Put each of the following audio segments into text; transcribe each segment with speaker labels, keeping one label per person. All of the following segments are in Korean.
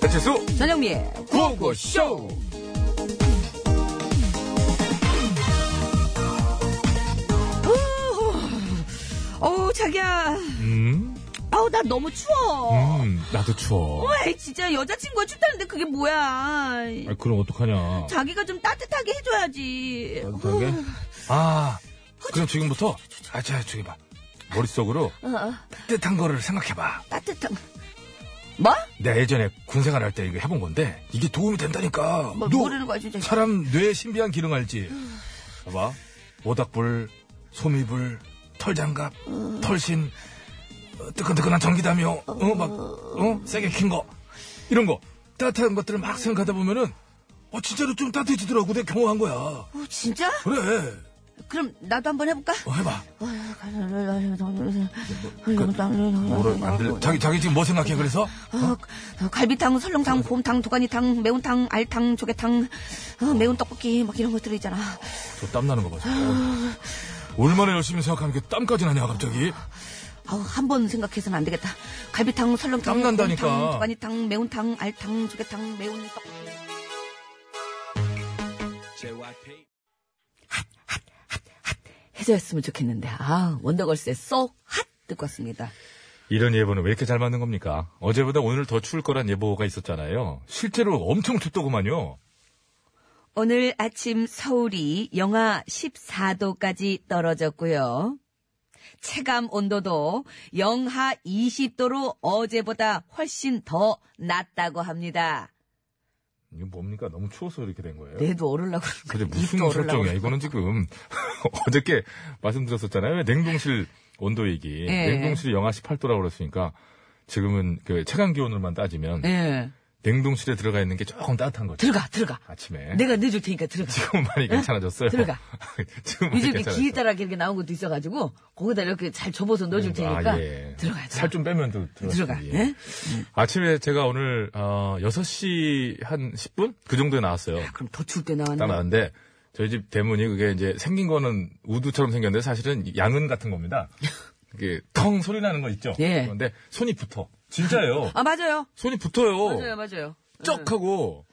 Speaker 1: 배칠수
Speaker 2: 전영미의
Speaker 1: 구호고쇼
Speaker 2: 어우 자기야
Speaker 1: 음,
Speaker 2: 어우 나 너무 추워
Speaker 1: 음 나도 추워
Speaker 2: 왜 진짜 여자친구가 춥다는데 그게 뭐야
Speaker 1: 아, 그럼 어떡하냐
Speaker 2: 자기가 좀 따뜻하게 해줘야지
Speaker 1: 따뜻하게? 아 그럼 지금부터 아자 저기 봐 머릿속으로
Speaker 2: 어, 어,
Speaker 1: 따뜻한 거를 생각해봐
Speaker 2: 따뜻한 뭐?
Speaker 1: 내가 예전에 군생활 할 때 이거 해본 건데 이게 도움이 된다니까
Speaker 2: 뭐
Speaker 1: 너
Speaker 2: 모르는 거야 진짜
Speaker 1: 사람 뇌 신비한 기능 알지? 봐봐 모닥불 소미불 털장갑 털신 어, 뜨끈뜨끈한 전기다며 어막어 세게 킨 거 이런 거 따뜻한 것들을 막 생각하다 보면은 어 진짜로 좀 따뜻해지더라고 내가 경험한 거야
Speaker 2: 어, 진짜?
Speaker 1: 그래
Speaker 2: 그럼 나도 한번 해볼까?
Speaker 1: 어, 해봐 뭐를
Speaker 2: 뭐를
Speaker 1: 만들 자기 자기 지금 뭐 생각해 그래서
Speaker 2: 어, 어, 갈비탕, 설렁탕, 곰탕, 도가니탕, 매운탕, 알탕, 조개탕, 어, 매운 떡볶이 막 이런 것들 있잖아.
Speaker 1: 저 땀 나는 거 봐. 어. 얼마나 열심히 생각하는 게 땀까지 나냐 갑자기
Speaker 2: 아우 한 번 생각해서는 안 되겠다. 갈비탕, 설렁탕,
Speaker 1: 땀난다니까.
Speaker 2: 곰탕, 도가니탕, 매운탕, 알탕, 조개탕, 매운 떡. 해저였으면 좋겠는데 아 원더걸스의 쏙핫 듣고 왔습니다.
Speaker 1: 이런 예보는 왜 이렇게 잘 맞는 겁니까? 어제보다 오늘 더 추울 거란 예보가 있었잖아요. 실제로 엄청 춥더구만요.
Speaker 2: 오늘 아침 서울이 영하 14도까지 떨어졌고요. 체감 온도도 영하 20도로 어제보다 훨씬 더 낮다고 합니다.
Speaker 1: 이거 뭡니까? 너무 추워서 이렇게 된 거예요.
Speaker 2: 내도 오르려고
Speaker 1: 근데
Speaker 2: 그러는 거야.
Speaker 1: 어? 무슨
Speaker 2: 입도 오르려고
Speaker 1: 설정이야?
Speaker 2: 그러는
Speaker 1: 이거는 지금 어저께 말씀드렸었잖아요. 냉동실 온도 얘기.
Speaker 2: 예.
Speaker 1: 냉동실이 영하 18도라고 그랬으니까 지금은 그 체감 기온으로만 따지면
Speaker 2: 거야. 예.
Speaker 1: 냉동실에 들어가 있는 게 조금 따뜻한 거죠.
Speaker 2: 들어가, 들어가.
Speaker 1: 아침에.
Speaker 2: 내가 내줄 테니까 들어가.
Speaker 1: 지금 많이 괜찮아졌어요.
Speaker 2: 네. 들어가.
Speaker 1: 지금 많이
Speaker 2: 요즘 이렇게
Speaker 1: 괜찮아졌어요.
Speaker 2: 길다랗게 이렇게 나온 것도 있어가지고, 거기다 이렇게 잘 접어서 넣어줄 테니까,
Speaker 1: 아, 예.
Speaker 2: 들어가야
Speaker 1: 살 좀 빼면 또
Speaker 2: 들어가.
Speaker 1: 들어가지.
Speaker 2: 예?
Speaker 1: 아침에 제가 오늘 어, 6시 한 10분 그 정도에 나왔어요.
Speaker 2: 아, 그럼 더 추울 때 나왔네.
Speaker 1: 딱 나왔는데 저희 집 대문이 그게 이제 생긴 거는 우두처럼 생겼는데 사실은 양은 같은 겁니다. 이게 텅 소리 나는 거 있죠.
Speaker 2: 예.
Speaker 1: 그런데 손이 붙어. 진짜예요.
Speaker 2: 아, 맞아요.
Speaker 1: 손이 붙어요.
Speaker 2: 맞아요, 맞아요. 예.
Speaker 1: 쩍 하고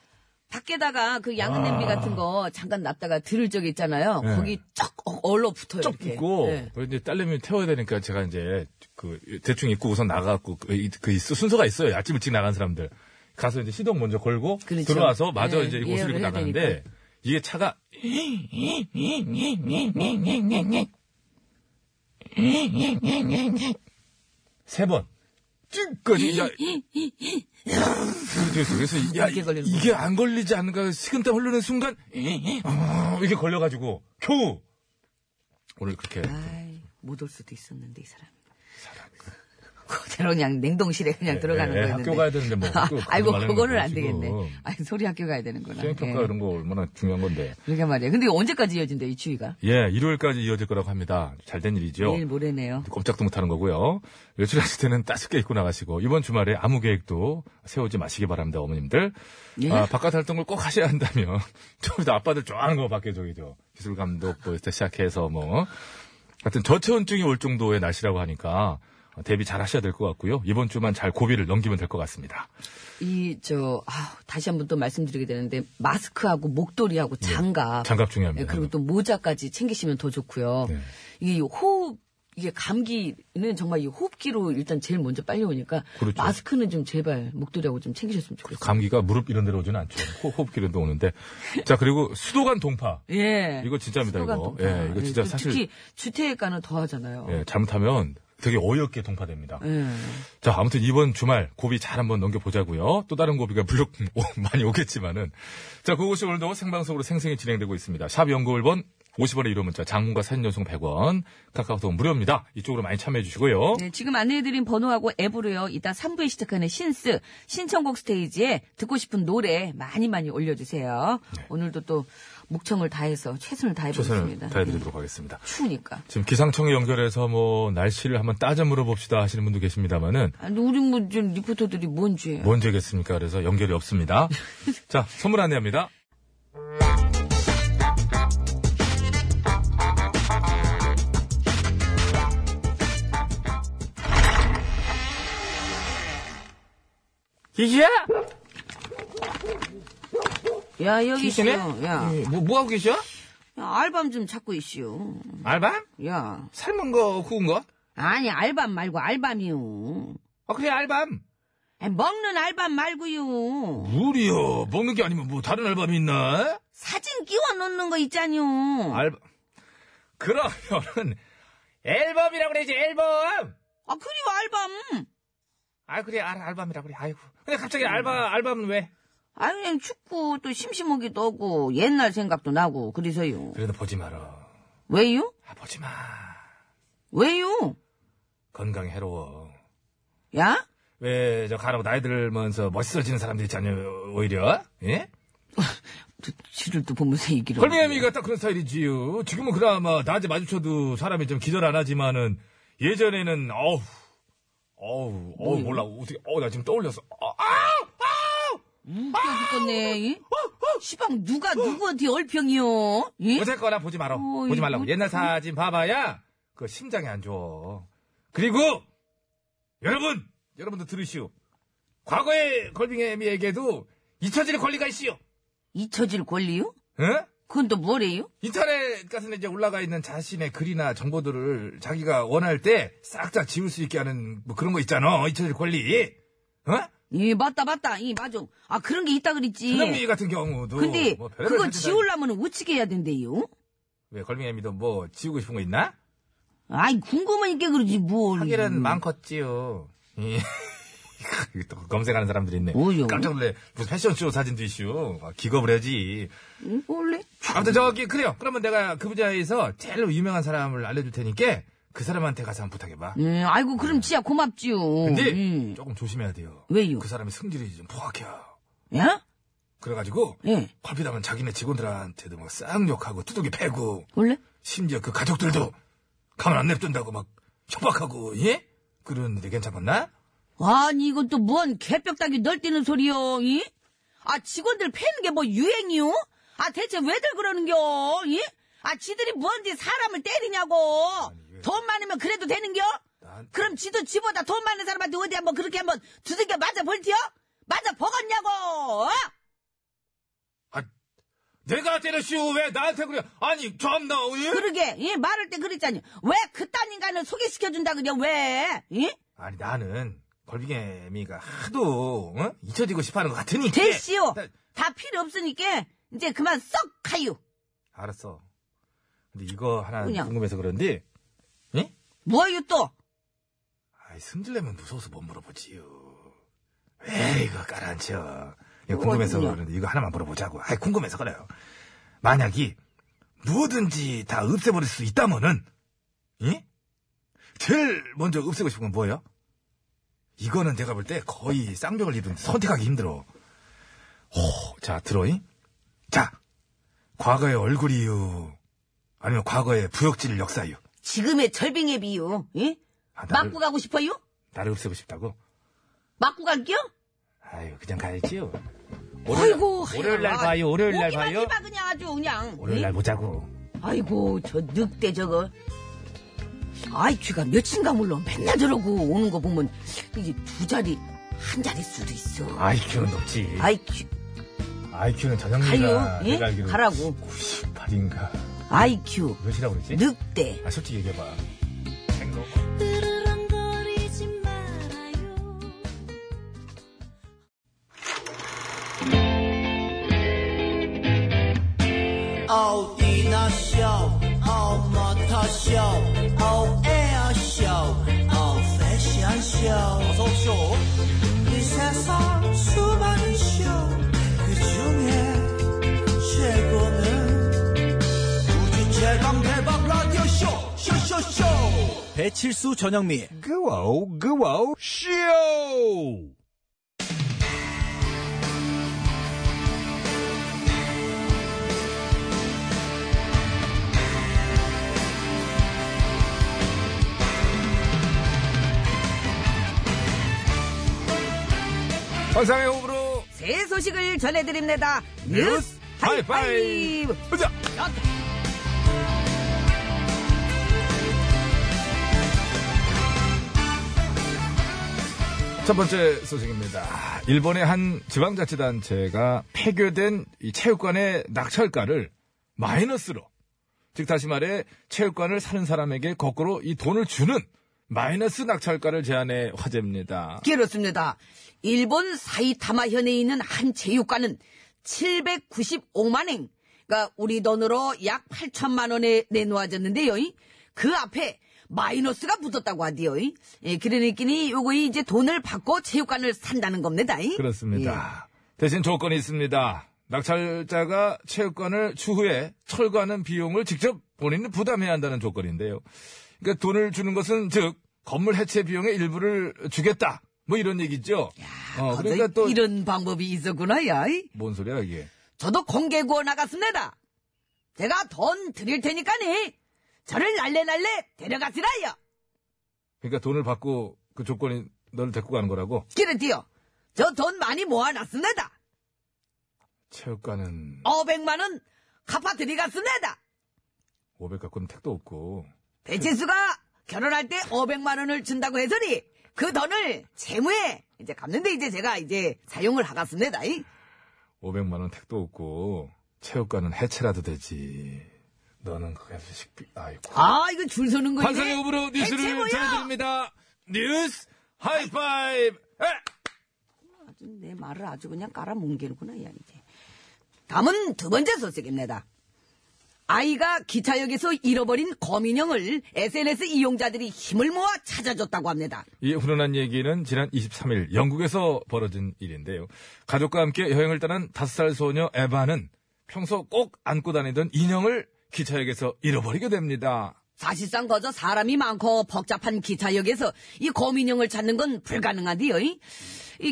Speaker 2: 밖에다가 그 양은 냄비
Speaker 1: 아.
Speaker 2: 같은 거 잠깐 놨다가 들을 적이 있잖아요.
Speaker 1: 네.
Speaker 2: 거기 쫙 얼러 붙어요.
Speaker 1: 쩍
Speaker 2: 이렇게.
Speaker 1: 붙고
Speaker 2: 네.
Speaker 1: 그래서 이제 딸내미 태워야 되니까 제가 이제 그 대충 입고 우선 나가고 그, 이- 그 있- 순서가 있어요. 아침 일찍 나간 사람들 가서 이제 시동 먼저 걸고
Speaker 2: 그렇죠.
Speaker 1: 들어와서 마저
Speaker 2: 네,
Speaker 1: 이제 옷을
Speaker 2: 예열을
Speaker 1: 입고
Speaker 2: 해야
Speaker 1: 나가는데
Speaker 2: 되니까.
Speaker 1: 이게 차가 세 번. 쭉!까지, 야. 그래서, 그래서, 야,
Speaker 2: 이게 걸리는
Speaker 1: 이게 안 걸리지 않을까, 식은땀 흐르는 순간, 어, 이게 걸려가지고, 겨우! 오늘 그렇게.
Speaker 2: 아이, 못 올 수도 있었는데 이 사람. 그대로 그냥 냉동실에 그냥
Speaker 1: 예,
Speaker 2: 들어가는
Speaker 1: 예, 예,
Speaker 2: 거였는데.
Speaker 1: 학교 가야 되는데 뭐
Speaker 2: 아,
Speaker 1: 학교 가지
Speaker 2: 아이고
Speaker 1: 말라는
Speaker 2: 그거는
Speaker 1: 거죠,
Speaker 2: 안 되겠네.
Speaker 1: 지금.
Speaker 2: 아니 소리 학교 가야 되는구나.
Speaker 1: 수행평가
Speaker 2: 예.
Speaker 1: 이런 거 얼마나 중요한 건데.
Speaker 2: 그러게 말이야. 근데 언제까지 이어진대 이 추위가?
Speaker 1: 예, 일요일까지 이어질 거라고 합니다. 잘 된 일이죠.
Speaker 2: 내일 모레네요.
Speaker 1: 꼼짝도 못하는 거고요. 외출하실 때는 따숩게 입고 나가시고 이번 주말에 아무 계획도 세우지 마시기 바랍니다, 어머님들.
Speaker 2: 예?
Speaker 1: 아, 바깥 활동을 꼭 하셔야 한다면 저기 아빠들 좋아하는 거 밖에 저기죠. 기술 감독 뭐 이때 시작해서 뭐 하여튼 저체온증이 올 정도의 날씨라고 하니까 대비 잘 하셔야 될 것 같고요. 이번 주만 잘 고비를 넘기면 될 것 같습니다.
Speaker 2: 이 저 아, 다시 한번 또 말씀드리게 되는데 마스크하고 목도리하고 장갑.
Speaker 1: 장갑
Speaker 2: 예,
Speaker 1: 중요합니다.
Speaker 2: 그리고 또 모자까지 챙기시면 더 좋고요.
Speaker 1: 네.
Speaker 2: 이게 호흡 이게 감기는 정말 이 호흡기로 일단 제일 먼저 빨리 오니까
Speaker 1: 그렇죠.
Speaker 2: 마스크는 좀 제발 목도리하고 좀 챙기셨으면 좋겠어요.
Speaker 1: 감기가 무릎 이런 데로 오지는 않죠. 호- 호흡기로도 오는데. 자, 그리고 수도관 동파.
Speaker 2: 예.
Speaker 1: 이거 진짜입니다,
Speaker 2: 수도관
Speaker 1: 이거.
Speaker 2: 동파.
Speaker 1: 예, 이거
Speaker 2: 예,
Speaker 1: 진짜
Speaker 2: 또
Speaker 1: 사실-
Speaker 2: 특히 주택가는 더 하잖아요.
Speaker 1: 예, 잘못하면 되게 어이없게 동파됩니다.
Speaker 2: 예.
Speaker 1: 자, 아무튼 이번 주말 고비 잘 한번 넘겨보자고요. 또 다른 고비가 물론 오- 많이 오겠지만은. 자, 그곳이 오늘도 생방송으로 생생히 진행되고 있습니다. 샵 연구 1번, 50원의 유료 문자, 장문과 사진 연속 100원, 카카오톡 무료입니다. 이쪽으로 많이 참여해 주시고요.
Speaker 2: 네, 지금 안내해드린 번호하고 앱으로요. 이따 3부에 시작하는 신스 신청곡 스테이지에 듣고 싶은 노래 많이 많이 올려주세요.
Speaker 1: 네.
Speaker 2: 오늘도 또 목청을 다해서
Speaker 1: 최선을
Speaker 2: 최선을 다해보겠습니다.
Speaker 1: 다해드리도록 하겠습니다.
Speaker 2: 예, 추우니까.
Speaker 1: 지금 기상청에 연결해서 뭐 날씨를 한번 따져 물어봅시다 하시는 분도 계십니다만은
Speaker 2: 아, 우리 뭐 지금 리포터들이 뭔 죄야?
Speaker 1: 뭔 죄겠습니까? 그래서 연결이 없습니다. 자, 선물 안내합니다. 이게
Speaker 2: 야, 여기
Speaker 1: 계시네?
Speaker 2: 있어요. 야.
Speaker 1: 예, 뭐, 뭐 하고 계셔?
Speaker 2: 야, 알밤 좀 찾고 있슈.
Speaker 1: 알밤?
Speaker 2: 야.
Speaker 1: 삶은 거, 구운 거?
Speaker 2: 아니, 알밤 말고 알밤이요.
Speaker 1: 아, 그래, 알밤.
Speaker 2: 아니, 먹는 알밤 말고요.
Speaker 1: 무리요. 먹는 게 아니면 뭐, 다른 알밤이 있나?
Speaker 2: 사진 끼워 넣는 거 있잖요.
Speaker 1: 알밤. 그러면은, 앨범이라고 그래야지, 앨범!
Speaker 2: 아, 그리고 알밤.
Speaker 1: 아, 그래, 알, 알밤이라고 그래, 아이고. 근데 갑자기 알바, 알밤은 왜?
Speaker 2: 아, 그냥 춥고 또 심심하기도 하고 옛날 생각도 나고 그래서요.
Speaker 1: 그래도 보지 마라.
Speaker 2: 왜요?
Speaker 1: 아, 보지 마.
Speaker 2: 왜요?
Speaker 1: 건강에 해로워.
Speaker 2: 야?
Speaker 1: 왜, 저, 가라고 나이 들면서 멋있어지는 사람들 있잖아요, 오히려. 예?
Speaker 2: 또 지를 또 보면서 얘기를.
Speaker 1: 헐미애미가 딱 그런 스타일이지요. 지금은 그나마 낮에 마주쳐도 사람이 좀 기절 안 하지만은, 예전에는, 어우, 어우, 어우, 몰라. 어떻게, 어우, 나 지금 떠올렸어. 어, 아!
Speaker 2: 웃겨 죽겠네. 이?
Speaker 1: 아.
Speaker 2: 시방 누가 누구한테 얼평이요? 예?
Speaker 1: 어쨌거나 보지 말어.
Speaker 2: 어이,
Speaker 1: 보지 말라고.
Speaker 2: 어떡해.
Speaker 1: 옛날 사진 봐봐야 그 심장이 안 좋아. 그리고 여러분, 여러분도 들으시오. 과거의 걸빙애미에게도 잊혀질 권리가 있시오.
Speaker 2: 잊혀질 권리요?
Speaker 1: 응?
Speaker 2: 그건 또 뭐래요?
Speaker 1: 인터넷 같은 데 이제 올라가 있는 자신의 글이나 정보들을 자기가 원할 때 싹 다 지울 수 있게 하는 뭐 그런 거 있잖아. 잊혀질 권리. 어?
Speaker 2: 예, 맞다, 맞다. 예, 맞아. 아, 그런 게 있다 그랬지.
Speaker 1: 전현미 같은 경우도.
Speaker 2: 근데
Speaker 1: 뭐 별의별
Speaker 2: 그거
Speaker 1: 사진을
Speaker 2: 지우려면 우측에 해야 된대요.
Speaker 1: 왜 걸빙애미도 뭐 지우고 싶은 거 있나?
Speaker 2: 아이, 궁금하니까 그러지, 뭘.
Speaker 1: 하기는 많겠지요. 예. 이거 또 검색하는 사람들이 있네.
Speaker 2: 뭐요?
Speaker 1: 깜짝 놀래. 무슨 패션쇼 사진도 이슈. 아, 기겁을 해야지.
Speaker 2: 음, 원래?
Speaker 1: 아무튼 저기, 그래요. 그러면 내가 그 부자에서 제일 유명한 사람을 알려줄 테니까 그 사람한테 가서 한번 부탁해봐.
Speaker 2: 음, 아이고, 그럼 지야 고맙지요.
Speaker 1: 근데
Speaker 2: 음.
Speaker 1: 조금 조심해야 돼요.
Speaker 2: 왜요?
Speaker 1: 그 사람이 성질이 좀 포악해요.
Speaker 2: 예?
Speaker 1: 그래가지고
Speaker 2: 예.
Speaker 1: 헐피다면 자기네 직원들한테도 막 쌍욕하고 두둑이 패고
Speaker 2: 원래?
Speaker 1: 심지어 그 가족들도 가만 안 냅둔다고 막 협박하고 예? 그러는데 괜찮겠나?
Speaker 2: 아니 이건 또 뭔 개벽다귀 널뛰는 소리요? 이? 아 직원들 패는 게 뭐 유행이요? 아 대체 왜들 그러는겨? 이? 아 지들이 뭔지 사람을 때리냐고?
Speaker 1: 이게-
Speaker 2: 돈 많으면 그래도 되는겨?
Speaker 1: 난-
Speaker 2: 그럼 지도 지보다 돈 많은 사람한테 어디 한번 그렇게 한번 두들겨 맞아 볼지요? 맞아 보겠냐고? 어?
Speaker 1: 아, 내가 때렸슈 왜 나한테 그래? 아니 참나 예?
Speaker 2: 그러게 이 말할 때 그랬잖니 왜 그딴 인간을 소개시켜준다 그래 왜? 이?
Speaker 1: 아니 나는 걸비개미가 하도 어? 잊혀지고 싶어하는 것 같으니
Speaker 2: 됐시오
Speaker 1: 나-
Speaker 2: 다 필요 없으니까 이제 그만 썩 가요
Speaker 1: 알았어. 근데 이거 하나
Speaker 2: 그냥.
Speaker 1: 궁금해서 그런데 예?
Speaker 2: 뭐요 또?
Speaker 1: 아이 승질내면 무서워서 못 물어보지요. 왜 이거 깔아앉혀? 이거
Speaker 2: 뭐가
Speaker 1: 궁금해서
Speaker 2: 있군요.
Speaker 1: 그러는데 이거 하나만 물어보자고. 아이 궁금해서 그래요. 만약이 뭐든지 다 없애버릴 수 있다면은 예? 제일 먼저 없애고 싶은 건 뭐예요? 이거는 제가 볼 때 거의 쌍벽을 이룬 선택하기 힘들어. 호, 자 들어이. 자 과거의 얼굴이요. 아니면 과거의 부역질 역사요.
Speaker 2: 지금의 절빙의 비유, 예?
Speaker 1: 아, 나를-
Speaker 2: 맞고 가고 싶어요?
Speaker 1: 나를 없애고 싶다고?
Speaker 2: 맞고 갈게요?
Speaker 1: 아유 그냥 가야지요.
Speaker 2: 아이고,
Speaker 1: 월요일 날
Speaker 2: 하여간.
Speaker 1: 봐요. 월요일 날
Speaker 2: 오기만
Speaker 1: 봐요.
Speaker 2: 이봐, 그냥 아주 그냥.
Speaker 1: 월요일 날 보자고.
Speaker 2: 예? 아이고, 저 늑대 저거. 아이, 귀가 몇인가 몰라. 맨날 저러고 오는 거 보면 이게 두 자리, 한 자리 수도 있어.
Speaker 1: IQ는 높지.
Speaker 2: 아이, 귀,
Speaker 1: IQ는 전형리가
Speaker 2: 가요, 예?
Speaker 1: 내가 알기로
Speaker 2: 가라고.
Speaker 1: 98인가
Speaker 2: 아이큐,
Speaker 1: 몇이라고 그랬지?
Speaker 2: 늑대.
Speaker 1: 아 솔직히 얘기해봐. 행동.
Speaker 3: 으르렁거리지 말아요.
Speaker 4: 어디나 쇼 어머터 쇼 어에어 쇼 어패션 쇼 어서 쇼 이 세상 수많은 쇼그 중에 최고는 우주 최강 대박 라디오 쇼 쇼쇼쇼 배칠수 전영미
Speaker 1: 그와우 그와우 쇼. 환상의 호흡으로
Speaker 2: 새 소식을 전해드립니다.
Speaker 1: 뉴스
Speaker 2: 뉴스
Speaker 1: 하이파이브.
Speaker 2: 하이파이브.
Speaker 1: 보자. 첫 번째 소식입니다. 일본의 한 지방자치단체가 폐교된 이 체육관의 낙찰가를 마이너스로, 즉 다시 말해 체육관을 사는 사람에게 거꾸로 이 돈을 주는 마이너스 낙찰가를 제안해 화제입니다.
Speaker 2: 그렇습니다. 일본 사이타마현에 있는 한 체육관은 795만엔, 그러니까 우리 돈으로 약 8천만 원에 내놓아졌는데요. 그 앞에 마이너스가 붙었다고 하디요. 예, 그러니끼니 요거 이제 돈을 받고 체육관을 산다는 겁니다. 예.
Speaker 1: 그렇습니다. 대신 조건이 있습니다. 낙찰자가 체육관을 추후에 철거하는 비용을 직접 본인이 부담해야 한다는 조건인데요. 그러니까 돈을 주는 것은 즉 건물 해체 비용의 일부를 주겠다. 뭐 이런 얘기죠. 어, 그러니까 또 뭔
Speaker 2: 이런 방법이 있었구나, 야.
Speaker 1: 소리야 이게.
Speaker 2: 저도 공개 구호 나갔습니다. 제가 돈 드릴 테니까니 저를 날래날래 데려가시라요.
Speaker 1: 그러니까 돈을 받고 그 조건이 너를 데리고 가는 거라고.
Speaker 2: 그래디요. 저 돈 많이 모아놨습니다.
Speaker 1: 체육관은
Speaker 2: 500만 원 갚아드리겠습니다.
Speaker 1: 500 갖고는 택도 없고.
Speaker 2: 배치수가 결혼할 때 500만 원을 준다고 해서니 그 돈을 채무에 이제 갚는데 이제 제가 이제 사용을 하겠습니다. 이.
Speaker 1: 500만 원 택도 없고 체육관은 해체라도 되지. 너는 그게 식비 아이고.
Speaker 2: 아 이거 줄 서는 거네.
Speaker 1: 환상의 호불호 뉴스를
Speaker 2: 대체 뭐야?
Speaker 1: 전해드립니다. 뉴스 하이파이브. 에!
Speaker 2: 아주 내 말을 아주 그냥 깔아뭉개는구나, 야, 이제. 다음은 두 번째 소식입니다. 아이가 기차역에서 잃어버린 거민형을 SNS 이용자들이 힘을 모아 찾아줬다고 합니다.
Speaker 1: 이 예, 훈훈한 얘기는 지난 23일 영국에서 벌어진 일인데요. 가족과 함께 여행을 떠난 5살 소녀 에바는 평소 꼭 안고 다니던 인형을 기차역에서 잃어버리게 됩니다.
Speaker 2: 사실상 거저 사람이 많고 복잡한 기차역에서 이 거민형을 찾는 건 불가능한데요. 이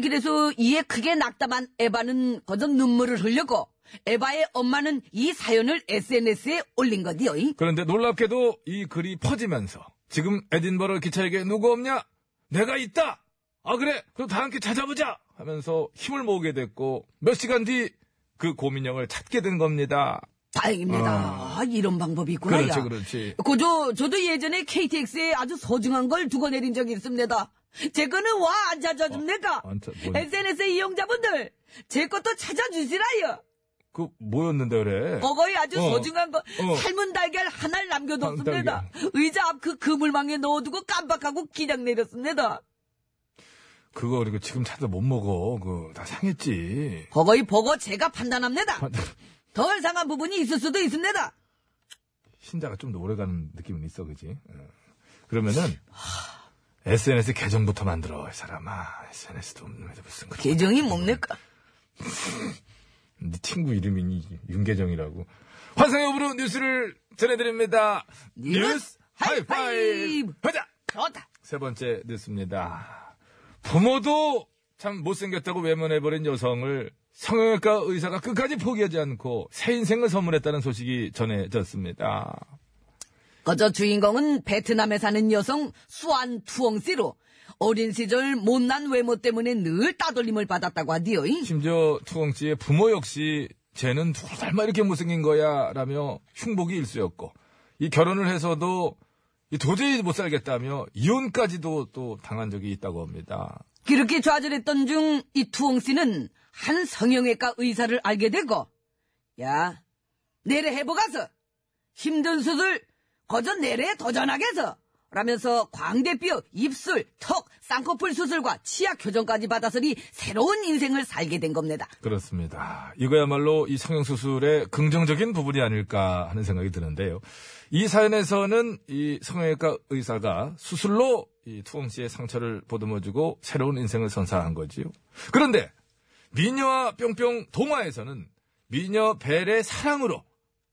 Speaker 2: 그래서 이에 크게 낙담한 에바는 거저 눈물을 흘렸고 에바의 엄마는 이 사연을 SNS에 올린 거디요. 이.
Speaker 1: 그런데 놀랍게도 이 글이 퍼지면서 지금 에딘버러 기차역에 누구 없냐? 내가 있다! 아, 그래! 그럼 다 함께 찾아보자! 하면서 힘을 모으게 됐고 몇 시간 뒤 그 고민형을 찾게 된 겁니다.
Speaker 2: 다행입니다. 아, 이런 방법이 있구나.
Speaker 1: 그렇지,
Speaker 2: 야.
Speaker 1: 그렇지.
Speaker 2: 그저, 저도 예전에 KTX에 아주 소중한 걸 두고 내린 적이 있습니다. 제 거는 와 안 찾아줍니까?
Speaker 1: 어, 안 찾- 뭔-
Speaker 2: SNS 이용자분들, 제 것도 찾아주시라요.
Speaker 1: 그 뭐였는데 그래?
Speaker 2: 어거이 아주
Speaker 1: 어.
Speaker 2: 소중한 거,
Speaker 1: 어.
Speaker 2: 삶은 달걀 하나를 남겨뒀습니다.
Speaker 1: 삶달걀.
Speaker 2: 의자 앞 그 그물망에 넣어두고 깜빡하고 기장 내렸습니다.
Speaker 1: 그거 그리고 지금 찾아 못 먹어. 그 다 상했지.
Speaker 2: 거거이 보고 제가 판단합니다.
Speaker 1: 판-
Speaker 2: 덜 상한 부분이 있을 수도 있습니다.
Speaker 1: 신자가 좀 더 오래가는 느낌은 있어, 그지? 어. 그러면은 SNS 계정부터 만들어, 이 사람아. SNS도 없는데 무슨 그런
Speaker 2: 계정이 뭡니까?
Speaker 1: 네 친구 이름이 윤계정이라고. 환상의 오브로 뉴스를 전해드립니다. 뉴스 하이파이브!
Speaker 2: 하이파이브!
Speaker 1: 가자!
Speaker 2: 좋다.
Speaker 1: 세 번째 뉴스입니다. 부모도 참 못생겼다고 외면해버린 여성을 성형외과 의사가 끝까지 포기하지 않고 새 인생을 선물했다는 소식이 전해졌습니다.
Speaker 2: 거저 주인공은 베트남에 사는 여성 수안 투엉 씨로 어린 시절 못난 외모 때문에 늘 따돌림을 받았다고 하디요.
Speaker 1: 심지어 투엉 씨의 부모 역시 쟤는 누굴 닮아 이렇게 못생긴 거야 라며 흉복이 일쑤였고 이 결혼을 해서도 이 도저히 못 살겠다며 이혼까지도 또 당한 적이 있다고 합니다.
Speaker 2: 그렇게 좌절했던 중 이 투엉 씨는 한 성형외과 의사를 알게 되고 야 내래 해보가서 힘든 수술 거저 내래 도전하겠어 라면서 광대뼈, 입술, 턱, 쌍꺼풀 수술과 치아 교정까지 받아서니 새로운 인생을 살게 된 겁니다.
Speaker 1: 그렇습니다. 이거야말로 이 성형수술의 긍정적인 부분이 아닐까 하는 생각이 드는데요. 이 사연에서는 이 성형외과 의사가 수술로 이 투엉 씨의 상처를 보듬어주고 새로운 인생을 선사한 거지요. 그런데 미녀와 뿅뿅 동화에서는 미녀 벨의 사랑으로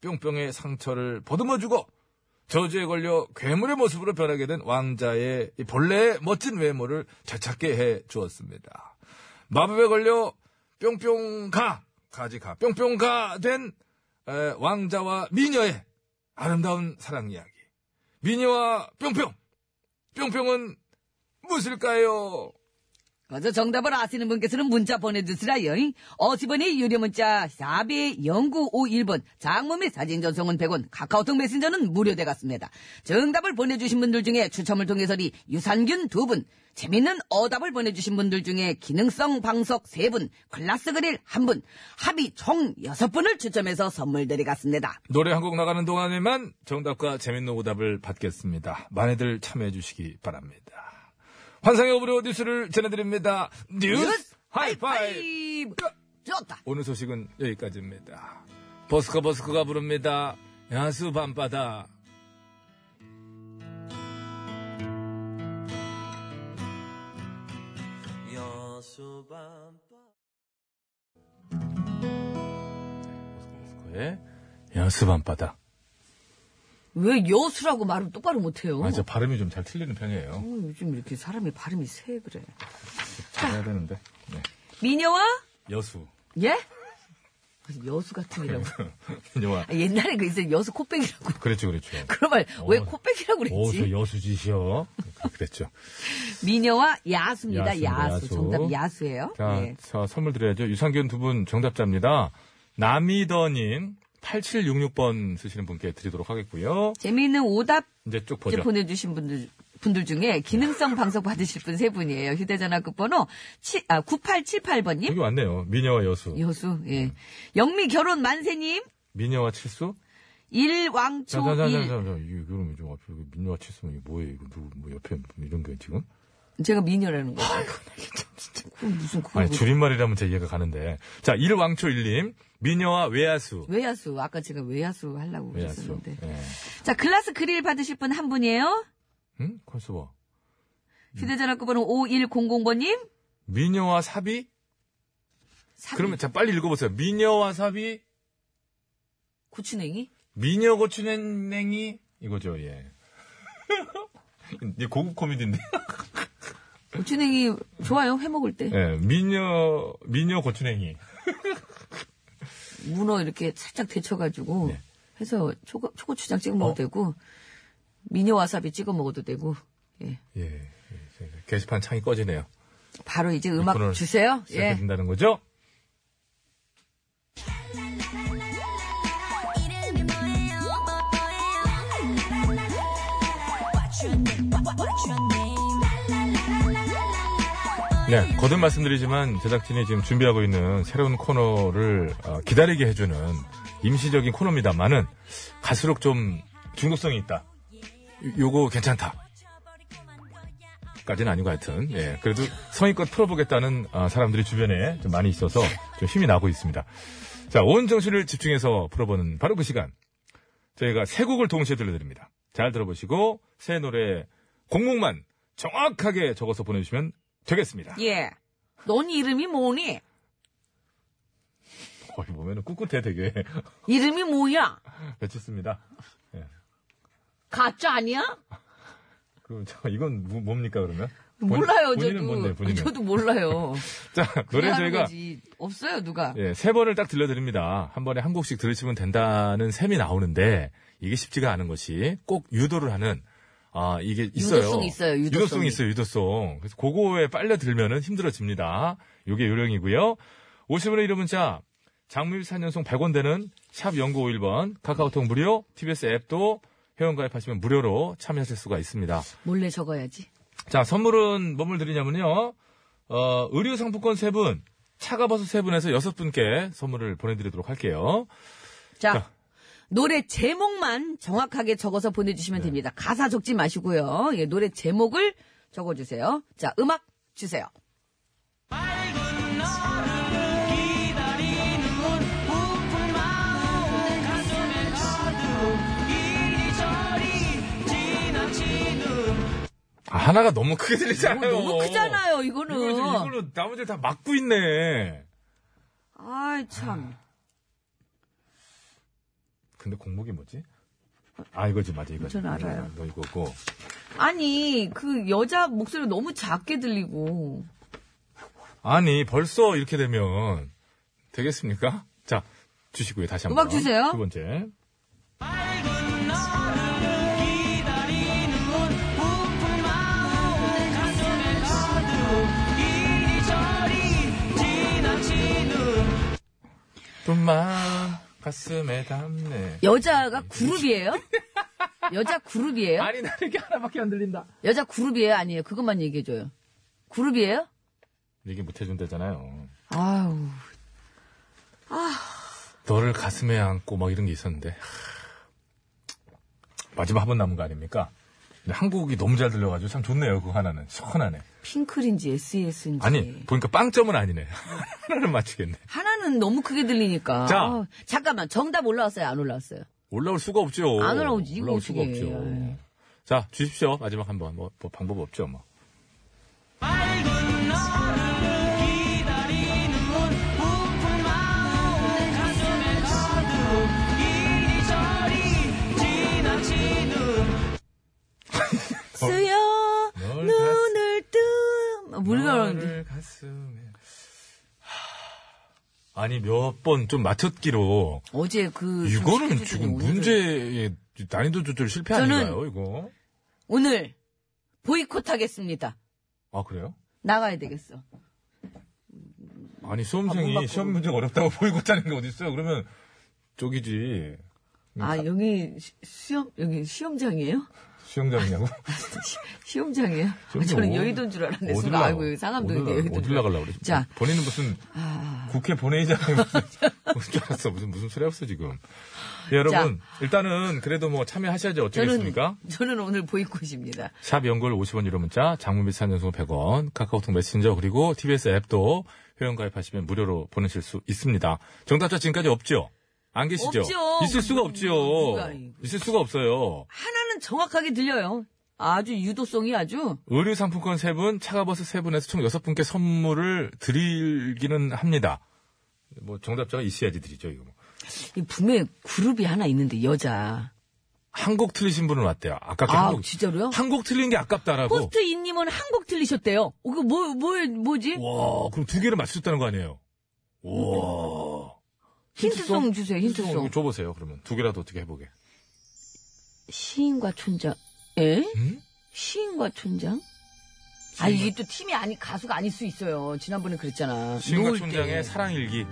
Speaker 1: 뿅뿅의 상처를 보듬어주고 저주에 걸려 괴물의 모습으로 변하게 된 왕자의 이 본래의 멋진 외모를 되찾게 해 주었습니다. 마법에 걸려 뿅뿅가 가지가 뿅뿅가 된 에, 왕자와 미녀의 아름다운 사랑 이야기. 미녀와 뿅뿅 뿅뿅은 무엇일까요?
Speaker 2: 그래서 정답을 아시는 분께서는 문자 보내주시라요. 50원의 유료 문자 샵이 0951번 장문 및 사진 전송은 100원 카카오톡 메신저는 무료되갔습니다. 정답을 보내주신 분들 중에 추첨을 통해서리 유산균 2분 재밌는 어답을 보내주신 분들 중에 기능성 방석 3분 글라스 그릴 1분 합의 총 6분을 추첨해서 선물 드리겠습니다.
Speaker 1: 노래 한 곡 나가는 동안에만 정답과 재밌는 오답을 받겠습니다. 많이들 참여해 주시기 바랍니다. 환상의 오브로 뉴스를 전해드립니다. 뉴스 하이파이!
Speaker 2: 하이파이브 좋다.
Speaker 1: 오늘 소식은 여기까지입니다. 버스커 버스커가 부릅니다. 야수 밤바다.
Speaker 4: 여수밤바
Speaker 1: 버스커의 야수 네. 밤바다.
Speaker 2: 왜 여수라고 말을 똑바로 못해요?
Speaker 1: 맞아, 발음이 좀 잘 틀리는 편이에요.
Speaker 2: 어, 요즘 이렇게 사람의 발음이 세 그래.
Speaker 1: 잘해야 되는데. 네.
Speaker 2: 미녀와
Speaker 1: 여수.
Speaker 2: 예? 무슨 여수 같은
Speaker 1: 네.
Speaker 2: 이라고.
Speaker 1: 영화.
Speaker 2: 아, 옛날에 그 있어요. 여수 코빼기라고.
Speaker 1: 그랬죠, 그랬죠.
Speaker 2: 그런 말 왜
Speaker 1: 어.
Speaker 2: 코빼기라고
Speaker 1: 오, 저
Speaker 2: 아, 그랬지?
Speaker 1: 여수지시여. 그- 그랬죠.
Speaker 2: 미녀와 야수입니다.
Speaker 1: 야수입니다,
Speaker 2: 야수.
Speaker 1: 야수.
Speaker 2: 정답 야수예요.
Speaker 1: 자,
Speaker 2: 예.
Speaker 1: 자, 선물 드려야죠. 유산균 두 분 정답자입니다. 남이더님 8766번 쓰시는 분께 드리도록 하겠고요.
Speaker 2: 재미있는 오답
Speaker 1: 이제 쭉
Speaker 2: 이제
Speaker 1: 보죠.
Speaker 2: 보내주신 분들 분들 중에 기능성 방석 받으실 분 세 분이에요. 휴대전화 끝번호 치- 아, 9878번님.
Speaker 1: 여기 왔네요. 미녀와 여수.
Speaker 2: 여수, 예. 영미 결혼 만세님,
Speaker 1: 미녀와 칠수? 자, 자, 자, 자, 자,
Speaker 2: 일왕초일.
Speaker 1: 자, 이거 그러면 좀 앞에 여기 민요와 칠수 이게 뭐예요? 이거 누구 뭐 옆에 이런 게 지금?
Speaker 2: 제가 미녀라는 거. 아이고, 진짜. 그거 무슨, 그거.
Speaker 1: 아니 줄임말이라면 제 이해가 가는데. 자, 일왕초일님 민요와 외야수.
Speaker 2: 외야수. 아까 제가 외야수 하려고
Speaker 1: 외야수.
Speaker 2: 그랬었는데.
Speaker 1: 예.
Speaker 2: 자, 글라스 그릴 받으실 분 한 분이에요.
Speaker 1: 응? 콘서버.
Speaker 2: 휴대전화 끝번호 5100번님.
Speaker 1: 미녀와 사비? 그러면 자 빨리 읽어보세요. 미녀와 사비,
Speaker 2: 고추냉이?
Speaker 1: 미녀 고추냉이 이거죠. 예. 이 고급 코미디인데.
Speaker 2: 고추냉이 좋아요. 해 먹을 때.
Speaker 1: 예, 미녀 미녀 고추냉이.
Speaker 2: 문어 이렇게 살짝 데쳐가지고
Speaker 1: 네.
Speaker 2: 해서 초고, 초고추장 찍어 먹어도 되고, 미녀 와사비 찍어 먹어도 되고, 예.
Speaker 1: 예. 예, 게시판 창이 꺼지네요.
Speaker 2: 바로 이제 음악
Speaker 1: 코너를
Speaker 2: 주세요.
Speaker 1: 시작해
Speaker 2: 예.
Speaker 1: 준다는 거죠? 네, 거듭 말씀드리지만 제작진이 지금 준비하고 있는 새로운 코너를 어, 기다리게 해주는 임시적인 코너입니다만은 갈수록 좀 중독성이 있다. 요- 요거 괜찮다. 까지는 아니고 하여튼 예 그래도 성의껏 풀어보겠다는 아, 사람들이 주변에 좀 많이 있어서 좀 힘이 나고 있습니다. 자 온 정신을 집중해서 풀어보는 바로 그 시간 저희가 세 곡을 동시에 들려드립니다. 잘 들어보시고 새 노래 곡목만 정확하게 적어서 보내주시면 되겠습니다.
Speaker 2: 예. 넌 이름이 뭐니?
Speaker 1: 거기 보면은 꿋꿋해 되게
Speaker 2: 이름이 뭐야?
Speaker 1: 배치습니다.
Speaker 2: 가짜 아니야?
Speaker 1: 그럼 저 이건 뭐- 뭡니까 그러면? 본-
Speaker 2: 몰라요,
Speaker 1: 본인은
Speaker 2: 저도.
Speaker 1: 뭔데 본인은?
Speaker 2: 저도 몰라요.
Speaker 1: 자 노래
Speaker 2: 그냥 하는
Speaker 1: 저희가
Speaker 2: 거지. 없어요, 누가.
Speaker 1: 예, 세 번을 딱 들려드립니다. 한 번에 한 곡씩 들으시면 된다는 셈이 나오는데 이게 쉽지가 않은 것이 꼭 유도를 하는 아 이게 있어요.
Speaker 2: 유도성이 있어요, 유도성이.
Speaker 1: 유도성이 있어요. 유도성. 그래서 그거에 빨려 들면은 힘들어집니다. 요게 요령이고요. 50원의 이름 문자 장미 4년송 100원 되는 샵 0951번 카카오톡 무료 TBS 앱도 회원가입하시면 무료로 참여하실 수가 있습니다.
Speaker 2: 몰래 적어야지.
Speaker 1: 자, 선물은 뭐뭘 드리냐면요. 어, 의류 상품권 세분 차가버섯 세분에서 여섯 분께 선물을 보내드리도록 할게요.
Speaker 2: 자,
Speaker 1: 자.
Speaker 2: 노래 제목만 정확하게 적어서 보내주시면
Speaker 1: 네.
Speaker 2: 됩니다. 가사 적지 마시고요. 예, 노래 제목을 적어주세요. 자, 음악 주세요.
Speaker 1: 아, 하나가 너무 크게 들리잖아요.
Speaker 2: 이거 너무 크잖아요,
Speaker 1: 이걸,
Speaker 2: 이거는.
Speaker 1: 지금 이걸로 나머지 다 막고 있네.
Speaker 2: 아이, 참.
Speaker 1: 근데 공목이 뭐지? 아, 이거지, 맞아, 이거지.
Speaker 2: 저는 알아요.
Speaker 1: 너 이거고.
Speaker 2: 아니, 그 여자 목소리 너무 작게 들리고.
Speaker 1: 아니, 벌써 이렇게 되면 되겠습니까? 자, 주시고요, 다시 한 번.
Speaker 2: 음악 주세요.
Speaker 1: 두 번째.
Speaker 4: 기다리는 온 부푼 마음 가슴에 가득 이
Speaker 1: 뿐만 가슴에 담네.
Speaker 2: 여자가 그룹이에요? 여자 그룹이에요?
Speaker 1: 아니, 나 이렇게 하나밖에 안 들린다.
Speaker 2: 여자 그룹이에요? 아니에요? 그것만 얘기해줘요. 그룹이에요?
Speaker 1: 얘기 못 해준다잖아요.
Speaker 2: 아우.
Speaker 1: 너를 가슴에 안고 막 이런 게 있었는데. 하, 마지막 한 번 남은 거 아닙니까? 근데 한국이 너무 잘 들려가지고 참 좋네요, 그거 하나는. 시원하네.
Speaker 2: 핑클인지 E SES인지.
Speaker 1: 아니, 보니까 빵점은 아니네. 하나는 맞추겠네.
Speaker 2: 하나는 너무 크게 들리니까.
Speaker 1: 자.
Speaker 2: 아우, 잠깐만. 정답 올라왔어요? 안 올라왔어요?
Speaker 1: 올라올 수가 없죠.
Speaker 2: 안 올라오지, 이거
Speaker 1: 올라올 수가
Speaker 2: 어떻게 네.
Speaker 1: 없죠.
Speaker 2: 해요.
Speaker 1: 자, 주십시오. 마지막 한 번. 뭐, 뭐 방법 없죠, 뭐.
Speaker 2: 쓰여
Speaker 1: 널
Speaker 2: 눈을 뜸. 물가는데
Speaker 1: 너를 가슴에. 하, 아니, 몇 번 좀 맞췄기로.
Speaker 2: 어제 그. 좀
Speaker 1: 이거는
Speaker 2: 시켜주더니
Speaker 1: 지금
Speaker 2: 오늘은-
Speaker 1: 문제의 난이도 조절 실패
Speaker 2: 저는-
Speaker 1: 아닌가요, 이거?
Speaker 2: 오늘 보이콧 하겠습니다.
Speaker 1: 아, 그래요?
Speaker 2: 나가야 되겠어.
Speaker 1: 아니,
Speaker 2: 아, 문
Speaker 1: 수험생이
Speaker 2: 밖으로.
Speaker 1: 시험 문제가 어렵다고 보이고 짜는 게 어딨어요? 그러면, 쪽이지.
Speaker 2: 아, 여기 시- 시험, 여기 시험장이에요?
Speaker 1: 수영장이냐고?
Speaker 2: 시험장이에요? 아, 저는 여의도인 줄
Speaker 1: 뭐
Speaker 2: 알았는데,
Speaker 1: 어딜
Speaker 2: 순간.
Speaker 1: 나가?
Speaker 2: 아이고, 여기 상암동인데
Speaker 1: 어딜
Speaker 2: 여의도인
Speaker 1: 어딜
Speaker 2: 줄
Speaker 1: 나가려고 그래?
Speaker 2: 자. 아.
Speaker 1: 본인은 무슨 국회 본회의장에 무슨 무슨 줄 알았어. 무슨 무슨 소리 없어 지금. 예, 여러분 일단은 그래도 뭐 참여하셔야지
Speaker 2: 저는,
Speaker 1: 어쩌겠습니까?
Speaker 2: 저는 오늘 보이콧입니다.
Speaker 1: 샵 연골 50원 유료 문자, 장문 및 산연소 100원, 카카오톡 메신저 그리고 TBS 앱도 회원 가입하시면 무료로 보내실 수 있습니다. 정답자 지금까지 없죠? 안 계시죠?
Speaker 2: 없죠.
Speaker 1: 있을 수가 없죠.
Speaker 2: 누가 이거.
Speaker 1: 있을 수가 없어요.
Speaker 2: 하나는 정확하게 들려요. 아주 유도성이 아주.
Speaker 1: 의류 상품권 세분 차가버스 세분에서총 여섯 분께 선물을 드리기는 합니다. 뭐 정답자가 있어야지 드리죠, 이거. 뭐.
Speaker 2: 이 분명히 그룹이 하나 있는데, 여자.
Speaker 1: 한곡 틀리신 분은 왔대요. 아깝게
Speaker 2: 아,
Speaker 1: 한곡.
Speaker 2: 진짜로요?
Speaker 1: 한곡 틀린 게 아깝다라고.
Speaker 2: 호스트인님은 한 곡 들리셨대요. 어, 그, 뭐, 뭐, 뭐지?
Speaker 1: 와, 그럼 두 개를 맞추셨다는 거 아니에요? 와.
Speaker 2: 힌트송 주세요, 네, 힌트송.
Speaker 1: 힌트송 줘보세요, 그러면. 두 개라도 어떻게 해보게.
Speaker 2: 시인과 촌장. 예?
Speaker 1: 응?
Speaker 2: 시인과 촌장? 아, 이게 또 팀이 아니, 가수가 아닐 수 있어요. 지난번에 그랬잖아.
Speaker 1: 신과
Speaker 2: 놓을 때.
Speaker 1: 촌장의 사랑일기. 에?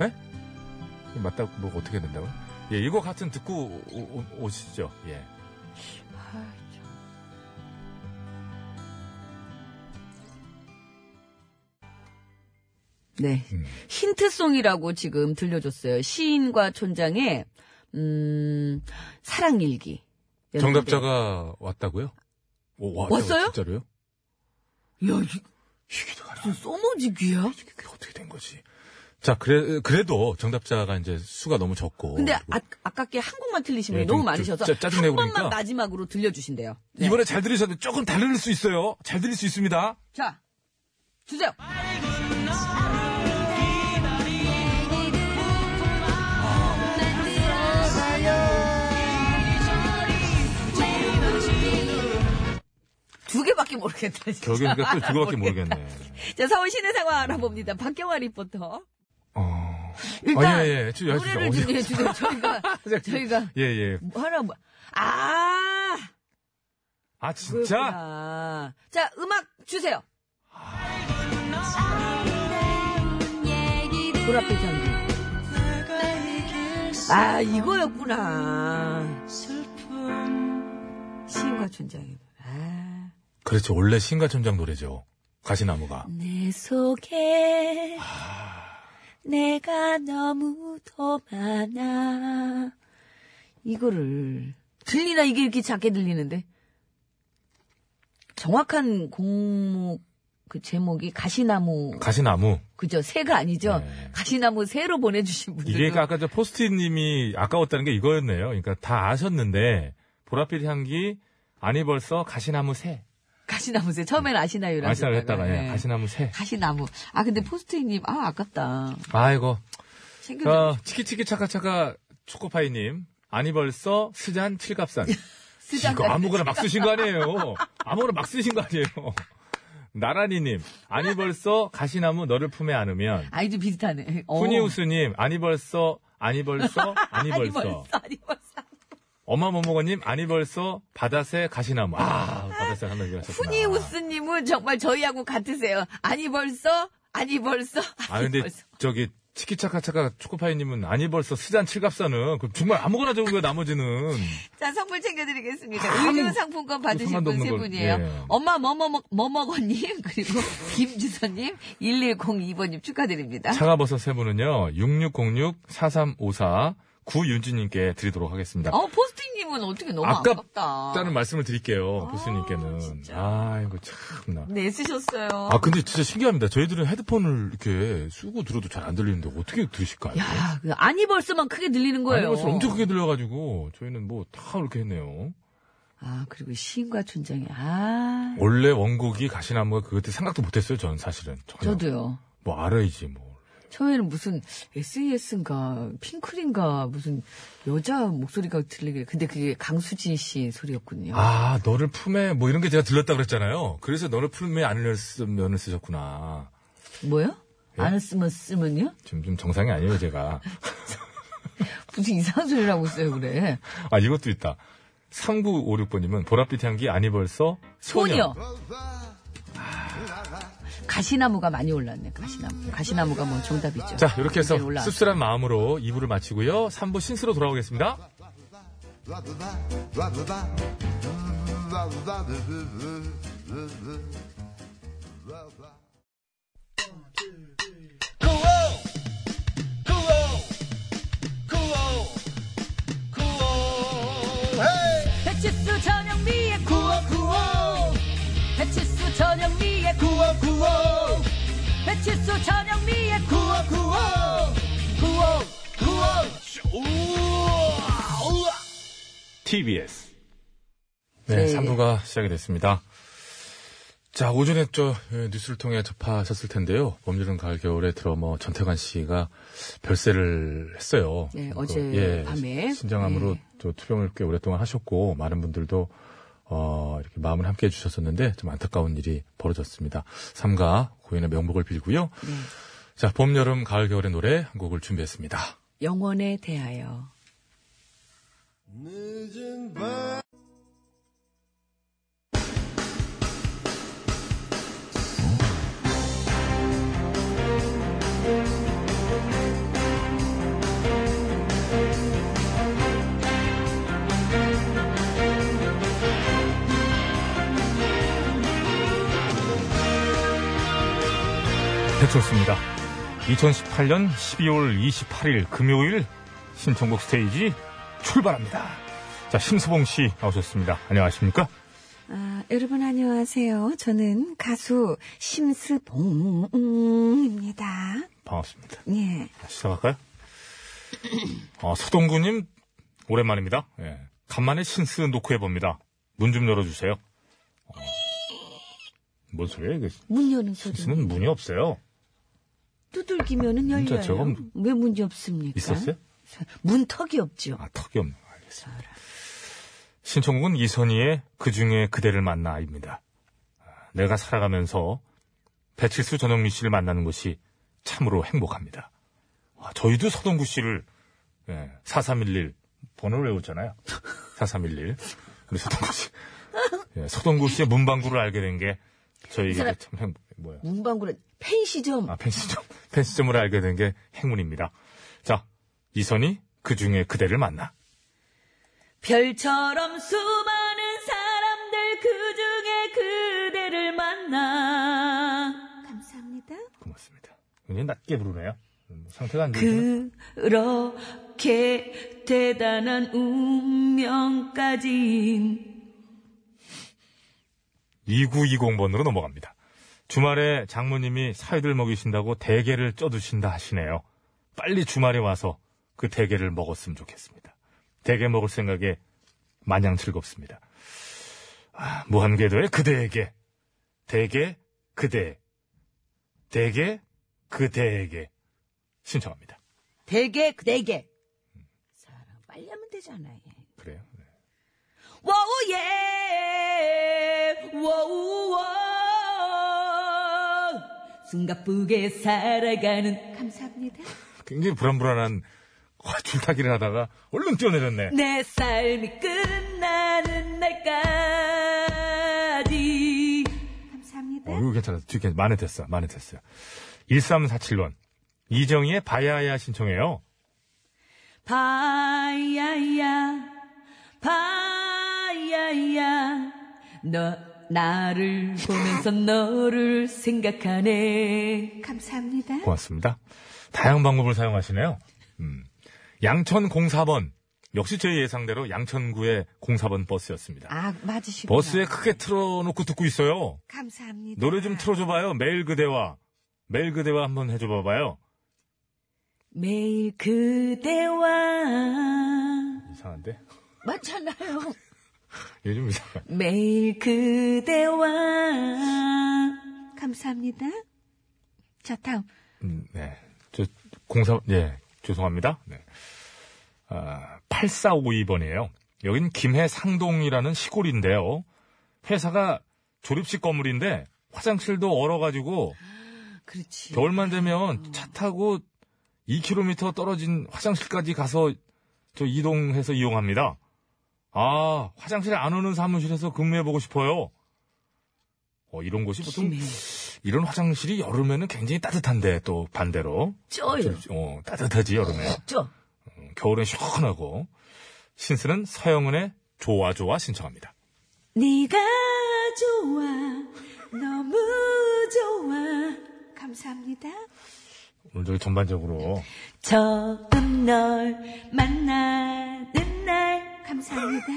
Speaker 1: 네? 맞다, 뭐 어떻게 된다고? 예, 이거 같은 듣고 오, 오- 오시죠. 예.
Speaker 2: 네, 아, 네.
Speaker 1: 음.
Speaker 2: 힌트송이라고 지금 들려줬어요. 시인과 촌장의, 음, 사랑일기.
Speaker 1: 정답자가 왔다고요? 오, 와,
Speaker 2: 왔어요?
Speaker 1: 진짜로요?
Speaker 2: 야, 이게
Speaker 1: 희귀도 가려.
Speaker 2: 무슨 소머지귀야?
Speaker 1: 이게 어떻게 된 거지? 자, 그래, 그래도 정답자가 이제 수가 너무 적고.
Speaker 2: 근데
Speaker 1: 그리고
Speaker 2: 아, 아깝게 한 곡만 틀리신 분이
Speaker 1: 예,
Speaker 2: 너무
Speaker 1: 좀-
Speaker 2: 많으셔서
Speaker 1: 좀 짜- 짜증내고
Speaker 2: 한 번만
Speaker 1: 그러니까.
Speaker 2: 마지막으로 들려주신대요. 네.
Speaker 1: 이번에 잘 들으셨는데 조금 다를 수 있어요. 잘 들릴 수 있습니다.
Speaker 2: 자, 주세요. 두 개밖에 모르겠다. 진짜.
Speaker 1: 결국에니까 또 그거밖에 모르겠네.
Speaker 2: 자, 서울 시내 상황 알아봅니다. 박경화 리포터.
Speaker 1: 어.
Speaker 2: 일단
Speaker 1: 아, 예, 예. 주- 야, 진짜
Speaker 2: 노래를
Speaker 1: 어디-
Speaker 2: 준비해 주세요. 저희가 저희가
Speaker 1: 예, 예.
Speaker 2: 뭐 하나 뭐 아.
Speaker 1: 아, 진짜?
Speaker 2: 그렇구나. 자, 음악 주세요. 보랏빛 향기. 아, 이거였구나. 시인과 촌장이. 아.
Speaker 1: 그렇죠. 원래 신가천장 노래죠. 가시나무가.
Speaker 2: 내 속에 내가 너무 더 많아. 이거를 들리나 이게 이렇게 작게 들리는데 정확한 곡목 그 제목이 가시나무
Speaker 1: 가시나무.
Speaker 2: 그죠 새가 아니죠
Speaker 1: 네.
Speaker 2: 가시나무 새로 보내주신 분들
Speaker 1: 이게 아까 저 포스트잇님이 아까웠다는 게 이거였네요. 그러니까 다 아셨는데, 보랏빛 향기, 아니 벌써 가시나무 새.
Speaker 2: 가시나무 새 처음엔 아시나요라고
Speaker 1: 말씀을
Speaker 2: 했다가,
Speaker 1: 했다가, 예,
Speaker 2: 네.
Speaker 1: 가시나무 새.
Speaker 2: 가시나무 아 근데 포스트잇님 아 아깝다
Speaker 1: 아이고.
Speaker 2: 챙겨 줘
Speaker 1: 어, 치키치키 차카차카 초코파이님. 아니 벌써 스잔 칠갑산. 이거 아무거나 막 쓰신 거 아니에요. 아무거나 막 쓰신 거 아니에요. 나란히님. 아니 벌써 가시나무 너를 품에 안으면.
Speaker 2: 아이도 비슷하네 어.
Speaker 1: 후니우스님. 아니 벌써 아니 벌써 아니
Speaker 2: 아니
Speaker 1: 벌써.
Speaker 2: 벌써 아니 벌써
Speaker 1: 엄마 모모거님. 아니 벌써 바다새 가시나무. 아 바다새 한명 일하셨구나.
Speaker 2: 후니우스님은 정말 저희하고 같으세요. 아니 벌써, 아니 벌써,
Speaker 1: 아
Speaker 2: 아니
Speaker 1: 근데
Speaker 2: 벌써.
Speaker 1: 저기 치키차카차카 초코파이님은 아니 벌써 스잔 칠갑사는 그럼 정말 아무거나 적은 거야 나머지는
Speaker 2: 자, 선물 챙겨드리겠습니다.
Speaker 1: 아무
Speaker 2: 의류 상품권 받으신
Speaker 1: 상관도
Speaker 2: 분 세
Speaker 1: 없는 걸,
Speaker 2: 분이에요.
Speaker 1: 예.
Speaker 2: 엄마 뭐뭐 먹었님 그리고 김주선님 1102번님 축하드립니다.
Speaker 1: 차가버섯 세 분은요 6606-4354 구윤지님께 드리도록 하겠습니다
Speaker 2: 어 포스트잇님은 어떻게 너무 아깝다
Speaker 1: 아깝다는 말씀을 드릴게요 보스님께는
Speaker 2: 진짜.
Speaker 1: 아이고 참나
Speaker 2: 네, 쓰셨어요.
Speaker 1: 아 근데 진짜 신기합니다 저희들은 헤드폰을 이렇게 쓰고 들어도 잘 안 들리는데 어떻게 들으실까요?
Speaker 2: 야, 그 아니 벌써만 크게 들리는 거예요.
Speaker 1: 아니 벌써 엄청 크게 들려가지고 저희는 뭐 다 이렇게 했네요
Speaker 2: 아, 그리고 시인과 춘장이 아,
Speaker 1: 원래 원곡이 가시나무가 뭐 그때 생각도 못했어요 저는 사실은 전혀.
Speaker 2: 저도요.
Speaker 1: 뭐 알아야지 뭐
Speaker 2: 처음에는 무슨 SES인가 핑클인가 무슨 여자 목소리가 들리길래 근데 그게 강수지 씨 소리였군요.
Speaker 1: 아, 너를 품에, 뭐 이런 게 제가 들렸다 그랬잖아요. 그래서 너를 품에 안으면 쓰셨구나.
Speaker 2: 뭐요?
Speaker 1: 예?
Speaker 2: 안 쓰면 쓰면요?
Speaker 1: 지금 좀 정상이 아니에요, 제가.
Speaker 2: 무슨 이상한 소리를 하고 있어요, 그래.
Speaker 1: 아, 이것도 있다. 3956번님은 보랏빛 향기 아니 벌써
Speaker 2: 소녀.
Speaker 1: 아.
Speaker 2: 가시나무가 많이 올랐네, 가시나무. 가시나무가 뭐 정답이죠. 네,
Speaker 1: 자, 이렇게 해서
Speaker 2: 올라.
Speaker 1: 씁쓸한 마음으로 2부를 마치고요. 3부 신스로 돌아오겠습니다.
Speaker 2: 배치수 전영미의 구호 구호. 배치수 전영미의 구호 구호. 배치수 전영미의 구호
Speaker 1: TBS. 네, 3부가 시작이 됐습니다. 자, 오전에 저 예, 뉴스를 통해 접하셨을 텐데요. 범죄는 가을 겨울에 들어 뭐 전태관 씨가 별세를 했어요.
Speaker 2: 네,
Speaker 1: 그,
Speaker 2: 어제 밤에. 네.
Speaker 1: 신장암으로 저 투병을 꽤 오랫동안 하셨고 많은 분들도 어, 이렇게 마음을 함께 해주셨었는데 좀 안타까운 일이 벌어졌습니다. 삼가 고인의 명복을 빌고요.
Speaker 2: 네.
Speaker 1: 자, 봄, 여름, 가을, 겨울의 노래 한 곡을 준비했습니다.
Speaker 2: 영원에 대하여.
Speaker 1: 배철수입니다. 2018년 12월 28일 금요일 신청곡 스테이지 출발합니다. 자, 심수봉 씨 나오셨습니다. 안녕하십니까?
Speaker 5: 아, 여러분 안녕하세요. 저는 가수 심스봉입니다.
Speaker 1: 반갑습니다.
Speaker 5: 예.
Speaker 1: 시작할까요? 어, 서동구님, 오랜만입니다. 예. 간만에 신스 놓고 해봅니다. 문 좀 열어주세요. 어, 뭔 소리예요? 이게
Speaker 5: 문 여는 소리.
Speaker 1: 신스는 문이 없어요.
Speaker 5: 두들기면은 열려요.
Speaker 1: 진짜 저거
Speaker 5: 왜 문제 없습니까?
Speaker 1: 있었어요?
Speaker 2: 문턱이 없죠.
Speaker 1: 아, 턱이 없네. 알겠습니다. 신청곡은 이선희의 그 중에 그대를 만나입니다. 아, 내가 살아가면서 배칠수 전영미 씨를 만나는 것이 참으로 행복합니다. 아, 저희도 서동구 씨를 예, 4311 번호를 외웠잖아요. 4311 우리 서동구 씨 예, 서동구 씨의 문방구를 알게 된 게 저희에게
Speaker 2: 사람-
Speaker 1: 참 행복 뭐야?
Speaker 2: 문방구는 펜시점.
Speaker 1: 아, 펜시점 펜시점을 알게 된 게 행운입니다. 자 이선희 그 중에 그대를 만나.
Speaker 2: 별처럼 수많은 사람들 그 중에 그대를
Speaker 6: 아,
Speaker 2: 만나.
Speaker 5: 감사합니다.
Speaker 1: 고맙습니다. 굉장히 낮게 부르네요. 음, 상태가 안
Speaker 2: 그
Speaker 1: 좋으시네.
Speaker 2: 그렇게 대단한 운명까지
Speaker 1: 2920번으로 넘어갑니다. 주말에 장모님이 사위들 먹이신다고 대게를 쪄두신다 하시네요. 빨리 주말에 와서 그 대게를 먹었으면 좋겠습니다. 대게 먹을 생각에 마냥 즐겁습니다. 아, 무한궤도의 그대에게 대게 그대 대게 그대에게 신청합니다.
Speaker 2: 대게 그대게 사랑 빨리 하면 되잖아 요
Speaker 1: 그래요? 네.
Speaker 2: 예. 워우예 워우워 숨가쁘게 살아가는
Speaker 5: 감사합니다.
Speaker 1: 굉장히 불안불안한 와, 줄타기를 하다가 얼른 뛰어내렸네.
Speaker 2: 내 삶이 끝나는 날까지
Speaker 5: 감사합니다.
Speaker 1: 어, 이거 괜찮았어. 뒤에 괜찮- 만회 됐어. 만회 됐어요. 1347번. 이정희의 바야야 신청해요.
Speaker 6: 바야야, 바야야, 너 나를 보면서 너를 생각하네.
Speaker 2: 감사합니다.
Speaker 1: 고맙습니다. 다양한 방법을 사용하시네요. 음. 양천 04번. 역시 제 예상대로 양천구의 04번 버스였습니다.
Speaker 2: 아, 맞으시고.
Speaker 1: 버스에 크게 틀어놓고 듣고 있어요.
Speaker 2: 감사합니다.
Speaker 1: 노래 좀 틀어줘봐요. 매일 그대와. 매일 그대와 한번 해줘봐봐요.
Speaker 6: 매일 그대와,
Speaker 1: 이상한데?
Speaker 2: 맞잖아요.
Speaker 1: 요즘 이상한.
Speaker 6: 매일 그대와.
Speaker 2: 감사합니다. 자, 다음.
Speaker 1: 음, 네. 저, 공사, 예, 죄송합니다. 네. 아, 8452번이에요. 여긴 김해 상동이라는 시골인데요. 회사가 조립식 건물인데 화장실도 얼어가지고
Speaker 6: 그렇지.
Speaker 1: 겨울만 되면 차 타고 2km 떨어진 화장실까지 가서 저 이동해서 이용합니다. 아, 화장실에 안 오는 사무실에서 근무해보고 싶어요. 어, 이런 곳이 보통
Speaker 6: 김해.
Speaker 1: 이런 화장실이 여름에는 굉장히 따뜻한데 또 반대로
Speaker 6: 쪄요.
Speaker 1: 어, 따뜻하지 여름에
Speaker 6: 쪄.
Speaker 1: 음, 겨울엔 시원하고 신스는 서영은의 좋아 좋아 신청합니다.
Speaker 6: 네가 좋아, 너무 좋아.
Speaker 2: 감사합니다.
Speaker 1: 오늘 전반적으로
Speaker 6: 처음 널 만나는 날.
Speaker 2: 감사합니다.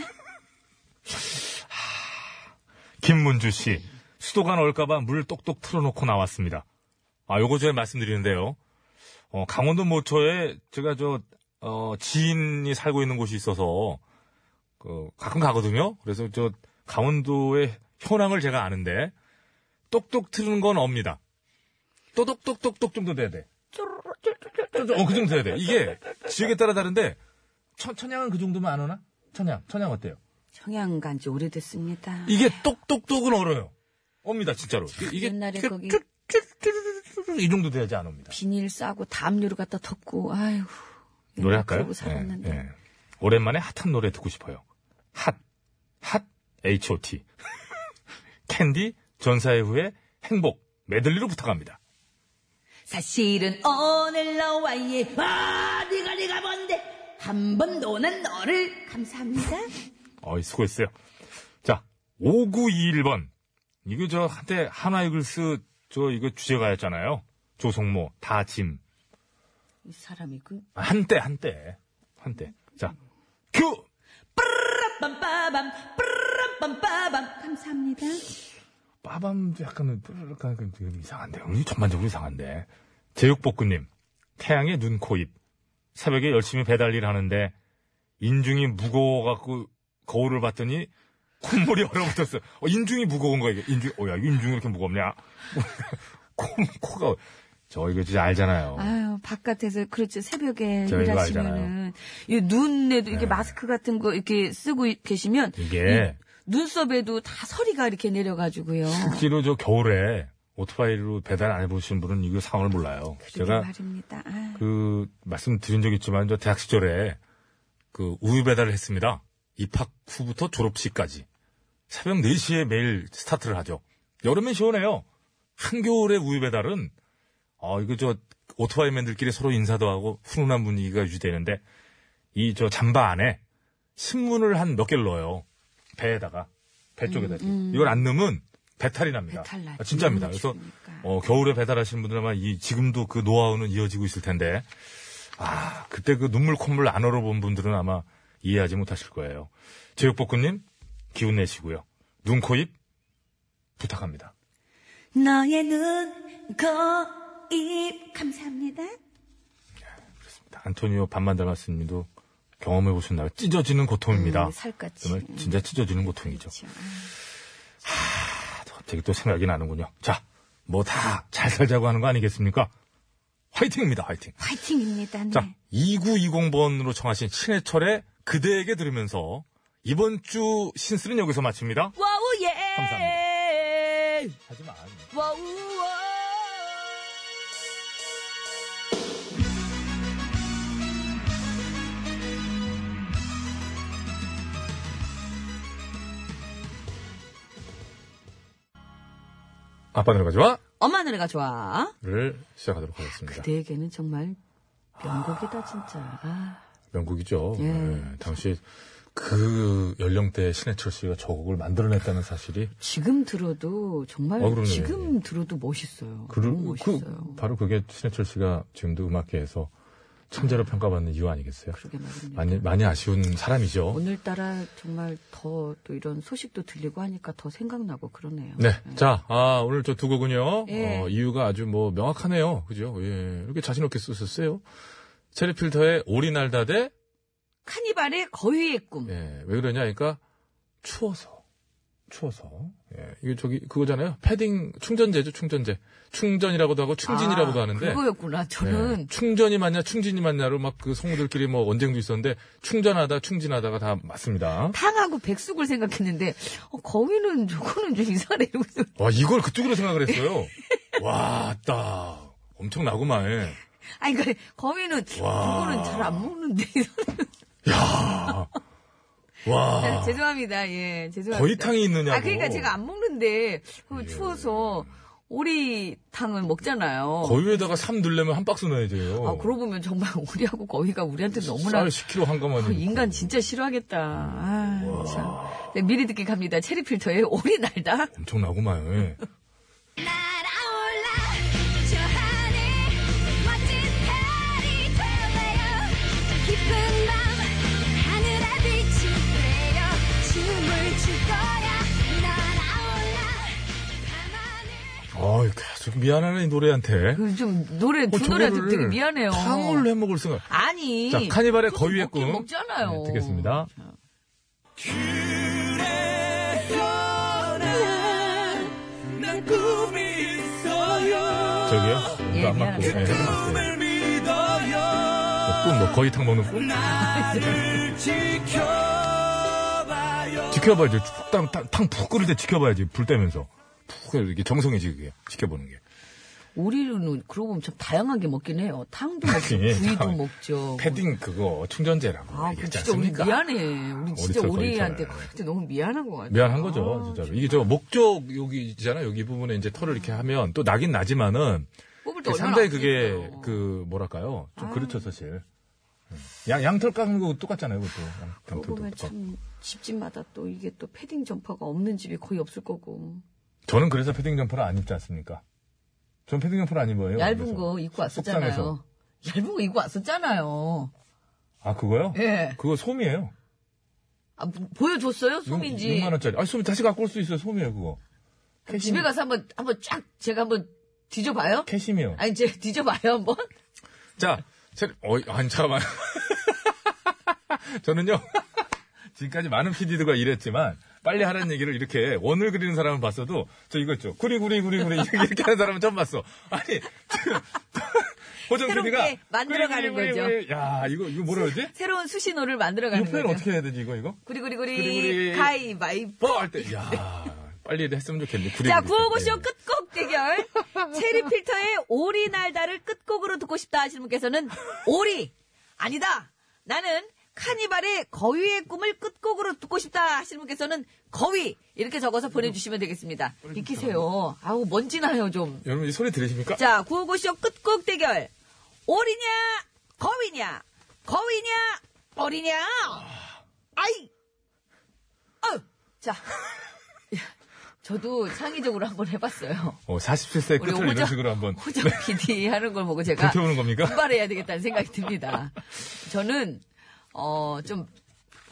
Speaker 1: 김문주 씨 수도관 올까봐 물 똑똑 틀어놓고 나왔습니다. 아 요거 제가 말씀드리는데요. 어, 강원도 모처에 제가 저 어, 지인이 살고 있는 곳이 있어서 그, 가끔 가거든요. 그래서 저 강원도의 현황을 제가 아는데 똑똑 틀은 건 업니다. 또독똑똑똑 정도 돼야 돼. 어, 그 정도 돼야 돼. 이게 지역에 따라 다른데 천, 천양은 그 정도면 안 오나? 천양, 천양 어때요?
Speaker 2: 청양 간지 오래됐습니다.
Speaker 1: 이게 똑똑똑은 얼어요. 옵니다, 진짜로. 이- 이게
Speaker 2: 옛날에 거기-
Speaker 1: 쭈쭈쭈쭈쭈쭈 이 정도 돼야지 안 옵니다.
Speaker 2: 비닐 싸고 담요를 갖다 덮고 아유.
Speaker 1: 노래할까요?
Speaker 2: 그러고 살았는데.
Speaker 1: 예, 예. 오랜만에 핫한 노래 듣고 싶어요. 핫, 핫, H.O.T. 캔디, 전사의 후에 행복, 메들리로 부탁합니다.
Speaker 6: 사실은 오늘 너와의 아 네가 네가 뭔데 한 번 노는 너를
Speaker 2: 감사합니다.
Speaker 1: 어이, 수고했어요. 자, 5921번. 이거 저 한때 한화이글스 저 이거 주제가였잖아요. 조성모, 다짐.
Speaker 6: 이 사람이 그
Speaker 1: 아, 한때, 한때. 한때. 자, 큐!
Speaker 6: 빰빠밤 빰빰빠밤
Speaker 2: 감사합니다.
Speaker 1: 빠밤도 약간은 약간 그- 그 이상한데 우리 전반적으로 이상한데 제육볶음님 태양의 눈, 코, 입 새벽에 열심히 배달 일 하는데 인중이 무거워갖고 거울을 봤더니 콧물이 얼어붙었어. 어, 인중이 무거운 거야 이게 인중. 어야 인중이 이렇게 무겁냐? 코, 코가 저 이거 진짜 알잖아요.
Speaker 2: 아유, 바깥에서 그렇죠. 새벽에
Speaker 1: 저 이거
Speaker 2: 일하시면은 이 눈에도
Speaker 1: 네. 예.
Speaker 2: 이렇게 마스크 같은 거 이렇게 쓰고 이- 계시면
Speaker 1: 이게
Speaker 2: 네. 눈썹에도 다 서리가 이렇게 내려가지고요.
Speaker 1: 실제로 저 겨울에 오토바이로 배달 안 해보신 분은 이거 상황을 몰라요.
Speaker 2: 그러게
Speaker 1: 제가
Speaker 2: 말입니다. 아유.
Speaker 1: 그 말씀 드린 적 있지만 저 대학 시절에 그 우유 배달을 했습니다. 입학 후부터 졸업식까지 새벽 4시에 매일 스타트를 하죠. 여름엔 시원해요. 한겨울에 우유 배달은 아 이거 저 오토바이맨들끼리 서로 인사도 하고 훈훈한 분위기가 유지되는데 이 저 잠바 안에 신문을 한 몇 개를 넣어요. 배에다가 배 쪽에다 이걸 안 넣으면 배탈이 납니다.
Speaker 2: 음, 배탈 나지.
Speaker 1: 아, 진짜입니다. 그래서
Speaker 2: 너무 추우니까.
Speaker 1: 어, 겨울에 배달하시는 분들만 이 지금도 그 노하우는 이어지고 있을 텐데 아 그때 그 눈물 콧물 안 얼어본 분들은 아마 이해하지 못하실 거예요. 제육볶음님 기운 내시고요. 눈코입 부탁합니다.
Speaker 6: 너의 눈코입
Speaker 2: 그 감사합니다.
Speaker 1: 안토니오 반만 닮았음님도 경험해 보셨나요? 찢어지는 고통입니다.
Speaker 2: 음, 살갗이.
Speaker 1: 정말 진짜 찢어지는 고통이죠.
Speaker 2: 그렇죠.
Speaker 1: 아, 또 갑자기 또 생각이 나는군요. 자, 뭐 다 잘 살자고 하는 거 아니겠습니까? 화이팅입니다, 화이팅.
Speaker 2: 파이팅입니다. 네.
Speaker 1: 자, 2920번으로 청하신 신해철의 그대에게 들으면서 이번 주 신스는 여기서 마칩니다.
Speaker 6: 와우 예
Speaker 1: 감사합니다. 하지만
Speaker 6: 와우 와
Speaker 1: 아빠 노래가 좋아?
Speaker 2: 엄마
Speaker 1: 그러니까.
Speaker 2: 노래가 좋아.
Speaker 1: 를 시작하도록 하겠습니다.
Speaker 2: 그대에게는 정말 명곡이다 진짜. 아,
Speaker 1: 명곡이죠. 예, 당시 그 연령대 신해철 씨가 저 곡을 만들어냈다는 사실이
Speaker 2: 지금 들어도 정말
Speaker 1: 어, 그러네.
Speaker 2: 지금 들어도 멋있어요.
Speaker 1: 그,
Speaker 2: 너무 멋있어요.
Speaker 1: 그 바로 그게 신해철 씨가 지금도 음악계에서 천재로 평가받는 이유 아니겠어요? 어?
Speaker 2: 그러게 말입니다.
Speaker 1: 많이 많이 아쉬운 사람이죠.
Speaker 2: 오늘따라 정말 더 또 이런 소식도 들리고 하니까 더 생각나고 그러네요.
Speaker 1: 네, 자, 아, 오늘 저 두 곡은요.
Speaker 2: 예.
Speaker 1: 어, 이유가 아주 뭐 명확하네요. 그죠? 예, 이렇게 자신 없게 쓰셨어요. 체리필터의 오리 날다 대
Speaker 2: 카니발의 거위의 꿈.
Speaker 1: 예, 왜 그러냐? 그러니까 추워서. 추워서. 예, 이게 저기 그거잖아요. 패딩 충전제죠, 충전제. 충전이라고도 하고 충진이라고도
Speaker 2: 아,
Speaker 1: 하는데.
Speaker 2: 그거였구나. 저는
Speaker 1: 예, 충전이 맞냐, 충진이 맞냐로 막 그 성우들끼리 뭐 언쟁도 있었는데 충전하다, 충진하다가 다 맞습니다.
Speaker 2: 탕하고 백숙을 생각했는데 어, 거위는 저거는 좀 이상해 이러고 있어.
Speaker 1: 와, 이걸 그쪽으로 생각을 했어요. 와, 따. 엄청나구만.
Speaker 2: 아니 그 거위는 저거는 잘 안 먹는데
Speaker 1: 와.
Speaker 2: 죄송합니다. 예 죄송합니다.
Speaker 1: 아. 거위탕이 있느냐고. 예.
Speaker 2: 아 그러니까 제가 안 먹는데 그 추워서 오리탕을 먹잖아요.
Speaker 1: 거위에다가 삼 넣으려면 한 박스 넣어야 돼요.
Speaker 2: 아 그러고 보면 정말 오리하고 거위가 우리한테 너무나
Speaker 1: 뭐. 쌀 10kg 한 가마니.
Speaker 2: 아, 인간 진짜 싫어하겠다. 아, 참. 네, 미리 듣기 갑니다. 체리 필터의 오리 날다.
Speaker 1: 엄청나구만. 예.
Speaker 3: 날아올라 저 하늘 멋진 달이 되어요 깊은 밤 하늘에 빛이 되어 춤을 출 거야 날아올라 밤하늘
Speaker 1: 어이, 계속 미안하네, 이 노래한테.
Speaker 2: 그 좀 노래 두 노래
Speaker 1: 어, 저거를
Speaker 2: 되게 미안해요.
Speaker 1: 탕후루를 해 먹을 생각.
Speaker 2: 아니.
Speaker 1: 자, 카니발의 거위의
Speaker 2: 먹긴
Speaker 1: 꿈.
Speaker 2: 먹잖아요.
Speaker 1: 네, 듣겠습니다. 저기요?
Speaker 2: 예,
Speaker 1: 이거 안 맞고. 예,
Speaker 2: 미안합니다.
Speaker 1: 맞아요. 뭐 꿈, 뭐, 거위탕 먹는 꿈? 지켜봐야지. 푹 탕, 탕, 탕푹 끓일 때 지켜봐야지. 불 떼면서. 푹, 이렇게 정성이지, 그게. 지켜보는 게.
Speaker 2: 오리는 그러고 보면 참 다양하게 먹긴 해요. 탕도 먹고
Speaker 1: 예,
Speaker 2: 구이도
Speaker 1: 탕.
Speaker 2: 먹죠.
Speaker 1: 패딩 그거, 충전제라고.
Speaker 2: 아, 그
Speaker 1: 얘기했지
Speaker 2: 진짜 우리
Speaker 1: 않습니까?
Speaker 2: 미안해. 우리 진짜
Speaker 1: 어리털,
Speaker 2: 오리한테
Speaker 1: 어리털.
Speaker 2: 그때 너무 미안한 것 같아.
Speaker 1: 미안한 거죠, 진짜로. 이게 저 목적 여기 있잖아. 여기 부분에 이제 털을 이렇게 하면 또 나긴 나지만은
Speaker 2: 뽑을 때
Speaker 1: 그
Speaker 2: 얼마나
Speaker 1: 상당히 그게
Speaker 2: 아프겠어요. 아.
Speaker 1: 그 뭐랄까요? 좀 그렇죠, 사실. 예. 양, 양털 깎는 거 똑같잖아요, 그것도. 양, 털
Speaker 2: 그러고 보면 참 집집마다 또 이게 또 패딩 점퍼가 없는 집이 거의 없을 거고.
Speaker 1: 저는 그래서 패딩 점퍼를 안 입지 않습니까? 전 패딩 점퍼를 안 입어요. 네,
Speaker 2: 얇은
Speaker 1: 그래서.
Speaker 2: 거 입고
Speaker 1: 속상해서.
Speaker 2: 왔었잖아요. 얇은 거 입고 왔었잖아요.
Speaker 1: 아, 그거요?
Speaker 2: 예.
Speaker 1: 그거 솜이에요.
Speaker 2: 아, 보- 보여줬어요? 소민지.
Speaker 1: 6만원짜리. 아, 솜 다시 갖고 올 수 있어요, 솜이에요, 그거. 캐시,
Speaker 2: 집에 가서 한번, 한번 쫙 제가 한번 뒤져봐요?
Speaker 1: 캐시미어.
Speaker 2: 아니, 제가 뒤져봐요, 한번?
Speaker 1: 자, 체 어이, 아니, 잠깐만. 저는요, 지금까지 많은 PD들과 일했지만, 빨리 하라는 얘기를 이렇게 원을 그리는 사람은 봤어도, 저 이거 있죠. 구리구리구리구리 이렇게 하는 사람은 처음 봤어. 아니, 지금, 호정
Speaker 2: 새롭게
Speaker 1: PD가.
Speaker 2: 만들어가는
Speaker 1: 거죠. 야, 이거, 이거 뭐라 그러지?
Speaker 2: 새로운 수신호를
Speaker 1: 이거
Speaker 2: 만들어가는
Speaker 1: 표현
Speaker 2: 거죠.
Speaker 1: 어떻게 해야 되지, 이거, 이거?
Speaker 2: 구리구리구리,
Speaker 1: 구리구리.
Speaker 2: 가위바위보.
Speaker 1: 뭐! 할 때, 야 빨리 했으면 좋겠네. 구리구리.
Speaker 2: 자, 구호고쇼 끝곡 대결. 체리 필터의 오리 날다를 끝곡으로 듣고 싶다 하시는 분께서는 오리! 아니다! 나는 카니발의 거위의 꿈을 끝곡으로 듣고 싶다 하시는 분께서는 거위! 이렇게 적어서 보내주시면 되겠습니다. 익히세요. 아우, 먼지 나요, 좀.
Speaker 1: 여러분, 이 소리 들으십니까?
Speaker 2: 자, 구호고쇼 끝곡 대결. 오리냐, 거위냐, 거위냐, 오리냐. 아이! 어! 자. 저도 창의적으로 한번 해봤어요.
Speaker 1: 어, 47세
Speaker 2: 우리
Speaker 1: 끝을
Speaker 2: 호정,
Speaker 1: 이런 식으로 한번.
Speaker 2: 호정 PD 하는 걸 보고 제가
Speaker 1: 불태우는 겁니까?
Speaker 2: 분발해야 되겠다는 생각이 듭니다. 저는, 어, 좀,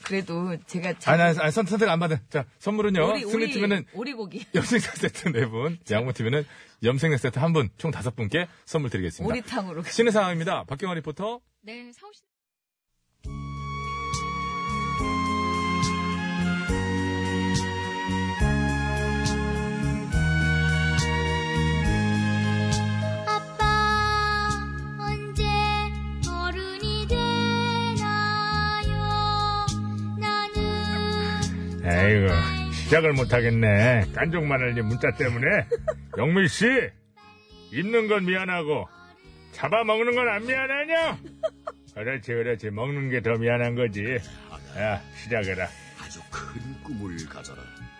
Speaker 2: 그래도 제가 자-
Speaker 1: 아니, 아니, 아니, 선- 선택 안 받은. 자, 선물은요.
Speaker 2: 오리, 오리,
Speaker 1: 승리팀에는
Speaker 2: 오리고기.
Speaker 1: 염색사 세트 네분 양모팀에는 염색약 세트 한분총 다섯 분께 선물 드리겠습니다.
Speaker 2: 오리탕으로.
Speaker 1: 신의 상황입니다. 박경화 리포터.
Speaker 7: 네, 서울시.
Speaker 3: 아빠 언제 어른이 되나요 나는
Speaker 1: 에이구, 시작을 못하겠네. 깐족마늘님 문자 때문에. 영밀씨, 입는 건 미안하고, 잡아먹는 건 안 미안하냐? 그렇지, 그렇지. 먹는 게 더 미안한 거지. 야, 시작해라.
Speaker 8: 아주 큰 꿈을 가져라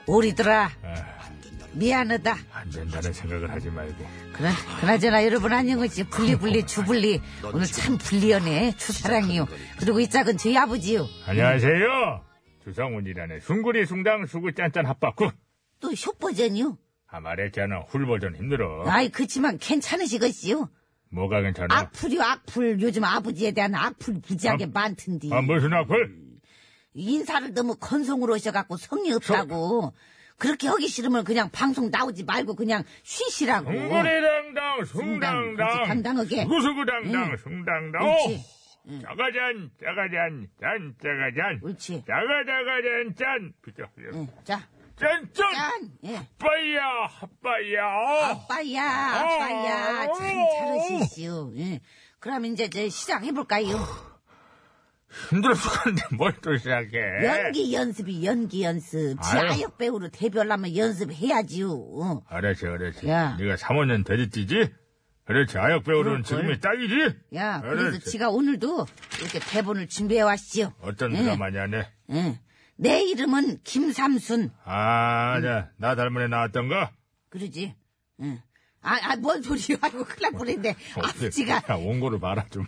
Speaker 2: 오리들아,
Speaker 8: 안 된다는
Speaker 2: 미안하다.
Speaker 1: 안 된다는 생각을 하지 말고.
Speaker 2: 그나, 그나저나 여러분 안녕하지 불리불리 주불리 오늘 참 불리하네 추사랑이요 그리고 이 짝은 저희 아버지요
Speaker 1: 안녕하세요. 주성훈이라는 숭구리 숭당 수구 짠짠 합박군.
Speaker 2: 또 숏버전이요
Speaker 1: 아 말했잖아 훌버전 힘들어.
Speaker 2: 아이 그치만 괜찮으시겠지요
Speaker 1: 뭐가 괜찮아?
Speaker 2: 악플이요 악플 요즘 아버지에 대한 악플 무지하게 많던디
Speaker 1: 아 무슨 악플?
Speaker 2: 인사를 너무 건성으로 하셔갖고 성의 없다고 그렇게 하기 싫으면 그냥 방송 나오지 말고 그냥 쉬시라고
Speaker 1: 숭구리당당
Speaker 2: 예. 숭당, 그렇지,
Speaker 1: 숭당당
Speaker 2: 당당하게.
Speaker 1: 수구수구당당
Speaker 2: 응.
Speaker 1: 숭당당
Speaker 2: 그렇지
Speaker 1: 짜가잔 짜가잔 짠 짜가잔
Speaker 2: 옳지
Speaker 1: 짜가짜가잔 짠 비켜
Speaker 2: 응, 자
Speaker 1: 짠짠
Speaker 2: 짠! 예.
Speaker 1: 빠이야 빠이야
Speaker 2: 아빠야, 아빠야,
Speaker 1: 어.
Speaker 2: 참 잘하시시오. 예. 그럼 이제 저 시작해볼까요?
Speaker 1: 힘들어 죽겠는데 뭘 또 시작해
Speaker 2: 연기 연습이 연기 연습. 지
Speaker 1: 네. 아유.
Speaker 2: 아역 배우로 데뷔하려면 연습해야지요. 어.
Speaker 1: 알았지 알았지
Speaker 2: 야.
Speaker 1: 네가 3학년 돼지띠지? 그렇지 아역배우는 지금이 딱이지?
Speaker 2: 야, 그래서
Speaker 1: 알았지
Speaker 2: 지가 오늘도 이렇게 대본을 준비해왔지요.
Speaker 1: 어떤
Speaker 2: 예,
Speaker 1: 드라마냐 네
Speaker 2: 예. 내 이름은 김삼순.
Speaker 1: 아,
Speaker 2: 음.
Speaker 1: 자, 나 닮은 애 나왔던가?
Speaker 2: 그러지. 예. 아, 아, 뭔 소리요? 아이고, 큰일 날 뻔했네. 아버지가,
Speaker 1: 야, 원고를 봐라, 좀.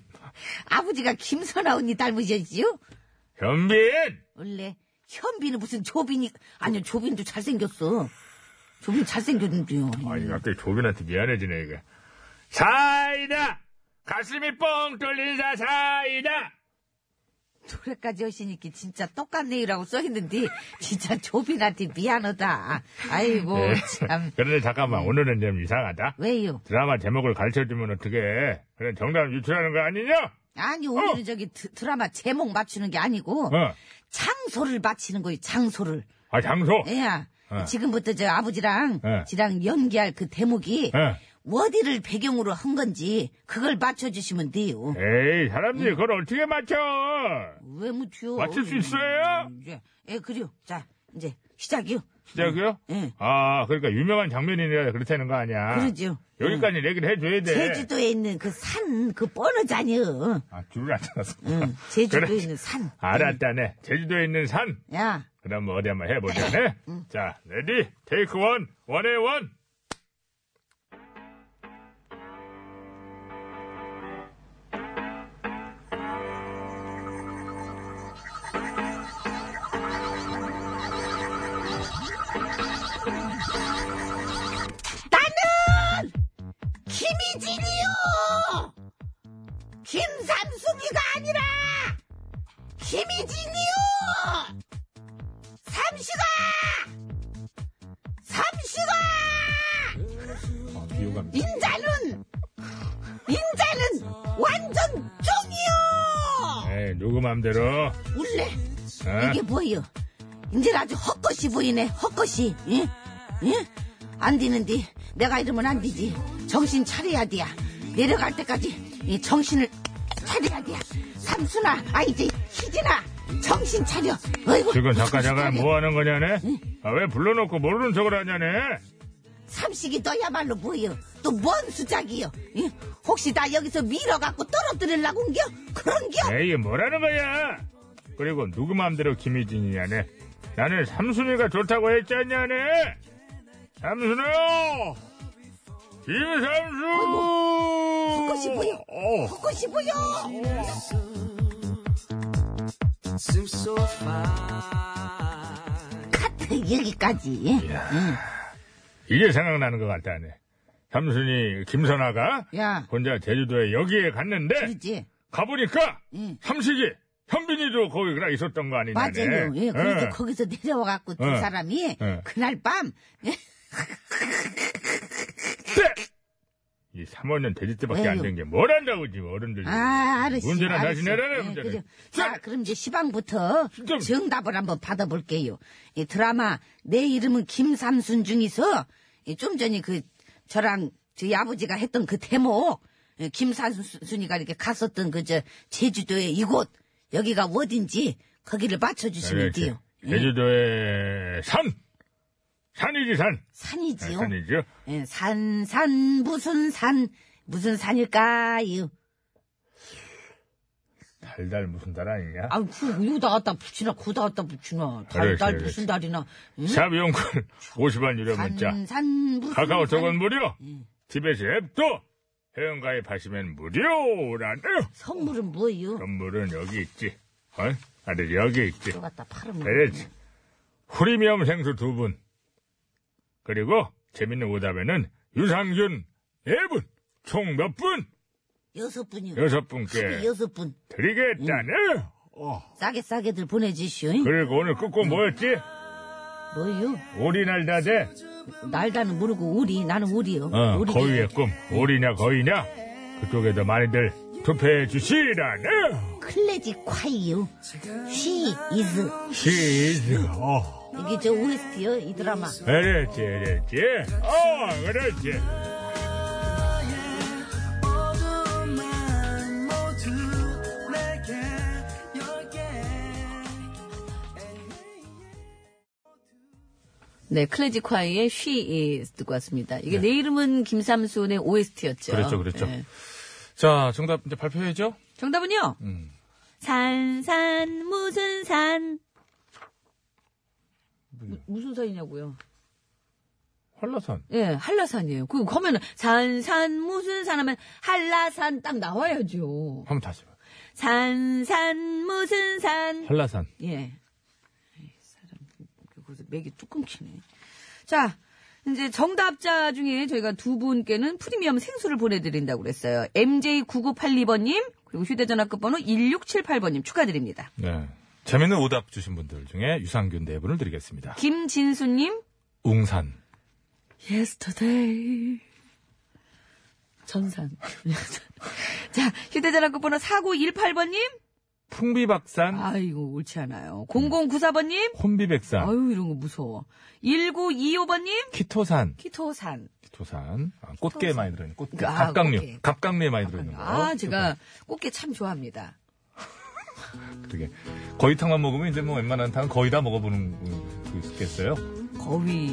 Speaker 2: 아버지가 김선아 언니 닮으셨지요?
Speaker 1: 현빈!
Speaker 2: 원래 현빈은 무슨 조빈이 아니요 조빈도 잘생겼어 조빈 잘생겼는데요
Speaker 1: 아, 이거 갑자기 조빈한테 미안해지네, 이거. 사이다! 가슴이 뻥 뚫린다, 사이다!
Speaker 2: 노래까지 하시니까 진짜 똑같네요라고 써있는데 진짜 조빈한테 미안하다 아이고
Speaker 1: 예.
Speaker 2: 참
Speaker 1: 그런데 잠깐만, 오늘은 좀 이상하다.
Speaker 2: 왜요
Speaker 1: 드라마 제목을 가르쳐주면 어떡해. 그래, 정답 유출하는 거 아니냐?
Speaker 2: 아니 오늘은 저기 드, 드라마 제목 맞추는 게 아니고
Speaker 1: 어.
Speaker 2: 장소를 맞히는 거예요 장소를
Speaker 1: 아, 장소!
Speaker 2: 애야
Speaker 1: 어.
Speaker 2: 지금부터 저 아버지랑
Speaker 1: 어.
Speaker 2: 지랑 연기할 그 대목이
Speaker 1: 어.
Speaker 2: 어디를 배경으로 한 건지 그걸 맞춰주시면 돼요
Speaker 1: 에이, 사람들이 그걸 어떻게 맞춰!
Speaker 2: 왜 묻혀?
Speaker 1: 맞출 수 있어요?
Speaker 2: 음, 이제, 예, 그래요. 자, 이제 시작이요.
Speaker 1: 시작이요?
Speaker 2: 응.
Speaker 1: 아, 그러니까 유명한 장면이라 그렇다는 거 아니야. 예.
Speaker 2: 그러지요.
Speaker 1: 여기까지 얘기를 해줘야 돼.
Speaker 2: 제주도에 있는 그 산, 그 뻔하잖여.
Speaker 1: 아, 줄을 안 잡았어.
Speaker 2: 응, 제주도에
Speaker 1: 그래.
Speaker 2: 있는 산.
Speaker 1: 알았다네. 제주도에 있는 산.
Speaker 2: 야,
Speaker 1: 그럼 뭐 어디 한번 해보자, 네? 자, 레디, 테이크 원, 원의 원.
Speaker 2: 김희진이요! 김삼순이가 아니라! 김희진이요! 삼시가! 삼시가!
Speaker 1: 아, 비호감.
Speaker 2: 인자는! 인자는 완전 쫑이요!
Speaker 1: 에이, 누구 맘대로.
Speaker 2: 원래
Speaker 1: 어?
Speaker 2: 이게 뭐예요? 이제 아주 헛것이 보이네, 헛것이. 예? 예? 안 되는데, 내가 이러면 안 되지. 정신 차려야 돼야. 내려갈 때까지 이 정신을 차려야 돼야. 삼순아, 아, 이제 희진아, 정신 차려. 어이구,
Speaker 1: 지금 잠깐, 잠깐
Speaker 2: 정신 차려.
Speaker 1: 뭐 하는 거냐네? 아, 왜 불러놓고 모르는 척을 하냐네?
Speaker 2: 삼식이 너야말로 뭐예요? 또 뭔 수작이요? 예? 혹시 나 여기서 밀어갖고 떨어뜨리려고 온겨? 그런겨?
Speaker 1: 에이, 뭐라는 거야? 그리고 누구 맘대로 김희진이냐네? 나는 삼순이가 좋다고 했지 않냐네? 삼순아! 김삼순!
Speaker 2: 헛것이 보여.
Speaker 1: 어.
Speaker 2: 헛것이 보여.
Speaker 4: Seems so fine.
Speaker 2: 카트 여기까지.
Speaker 1: 이제 생각나는 것 같다네. 삼순이 김선아가
Speaker 2: 야.
Speaker 1: 혼자 제주도에 여기에 갔는데
Speaker 2: 그렇지.
Speaker 1: 가보니까
Speaker 2: 응.
Speaker 1: 삼식이 현빈이도 거기 그라 있었던 거 아니냐네.
Speaker 2: 맞아요. 예, 그래서
Speaker 1: 예.
Speaker 2: 거기서 내려와갖고 두
Speaker 1: 예.
Speaker 2: 사람이
Speaker 1: 예.
Speaker 2: 그날 밤 예,
Speaker 1: 쎄! 이 3학년 돼지띠밖에 안
Speaker 2: 예? 왜요?
Speaker 1: 된 게 뭘 안다고 지금 어른들이.
Speaker 2: 아, 알았어.
Speaker 1: 음. 문제나 다시 내라네,
Speaker 2: 예,
Speaker 1: 문제는.
Speaker 2: 그죠. 자, 그럼 이제 시방부터
Speaker 1: 진짜.
Speaker 2: 정답을 한번 받아볼게요. 이 드라마 내 이름은 김삼순 중에서 이좀 전에 그 저랑 저희 아버지가 했던 그 대목 예, 김삼순이가 이렇게 갔었던 그저 제주도의 이곳 여기가 어딘지 거기를 맞춰주시면
Speaker 1: 그렇지.
Speaker 2: 돼요. 예,
Speaker 1: 제주도의 산! 산이지, 산. 아,
Speaker 2: 산이지요.
Speaker 1: 산이죠.
Speaker 2: 예, 산, 산, 무슨 산, 무슨 산일까요?
Speaker 9: 달달 무슨 달 아니냐?
Speaker 2: 아, 그 우유다 갖다 붙이나, 고다 갖다 붙이나.
Speaker 9: 그래,
Speaker 2: 달, 달
Speaker 9: 그래,
Speaker 2: 무슨 달이나. 응?
Speaker 9: 샵 연결 50원 유료 문자.
Speaker 2: 산산 무슨
Speaker 9: 카카오 저건
Speaker 2: 산-
Speaker 9: 무료. TBS 앱도 회원가입하시면 무료라네요.
Speaker 2: 선물은 뭐예요?
Speaker 9: 선물은 여기 있지. 어? 아들 여기 있지.
Speaker 2: 또 갖다 팔으면.
Speaker 9: 그렇지. 프리미엄 생수 두 분. 그리고 재밌는 오답에는 유산균 네 분. 총 몇 분?
Speaker 2: 여섯 분이요.
Speaker 9: 여섯 분께
Speaker 2: 여섯 분.
Speaker 9: 드리겠다네요.
Speaker 2: 싸게 싸게들 보내주시오. 잉?
Speaker 9: 그리고 오늘 끝곡 뭐였지? 그-
Speaker 2: 뭐요?
Speaker 9: 오리날 다대.
Speaker 2: 날다는 모르고 오리, 나는 오리요.
Speaker 9: 어,
Speaker 2: 오리
Speaker 9: 거위의 꿈. 오리냐 거위냐. 그쪽에도 많이들 투표해 주시라네요.
Speaker 2: 클래지 콰이요. 시 이즈.
Speaker 9: 시즈. 어.
Speaker 2: 이게 저 OST요, 이 드라마.
Speaker 9: 그렇지, 그렇지. 어, 그렇지.
Speaker 4: 어둠만 모두 내게 열게
Speaker 6: 네, 클래지 콰이의 She Is 듣고 왔습니다. 이게 내 이름은 김삼순의 OST였죠.
Speaker 9: 네. 그렇죠,
Speaker 2: 아,
Speaker 9: 그렇죠.
Speaker 2: 네.
Speaker 9: 자, 정답 이제 발표해야죠?
Speaker 6: 정답은요?
Speaker 9: 음.
Speaker 6: 산, 산, 무슨 산? 무슨 산이냐고요?
Speaker 9: 한라산.
Speaker 6: 예, 한라산이에요. 그, 하면은, 산, 산, 무슨 산 하면, 한라산 딱 나와야죠.
Speaker 9: 한번 다시 해봐.
Speaker 6: 산, 산, 무슨 산.
Speaker 9: 한라산.
Speaker 6: 예. 아이, 사람, 거기서 맥이 뚝 끊기네. 자, 이제 정답자 중에 저희가 두 분께는 프리미엄 생수를 보내드린다고 그랬어요. MJ9982번님, 그리고 휴대전화 끝번호 1678번님 축하드립니다.
Speaker 9: 네. 재밌는 오답 주신 분들 중에 유산균 네 분을 드리겠습니다.
Speaker 6: 김진수님,
Speaker 9: 웅산.
Speaker 6: yesterday. 전산. 자, 휴대전화 끝번호 4918번님,
Speaker 9: 풍비박산.
Speaker 6: 아이고, 옳지 않아요. 0094번님,
Speaker 9: 혼비백산.
Speaker 6: 아유, 이런 거 무서워. 1925번님,
Speaker 9: 키토산.
Speaker 6: 키토산.
Speaker 9: 키토산. 아, 꽃게 많이 들어있는 꽃게.
Speaker 6: 아,
Speaker 9: 갑각류.
Speaker 6: 꽃게.
Speaker 9: 갑각류에 많이 들어있는 거.
Speaker 6: 아, 제가 꽃게 참 좋아합니다.
Speaker 9: 그게. 거위탕만 먹으면 이제 뭐 웬만한 탕은 거의 다 먹어보는 거 있겠어요?
Speaker 6: 거위.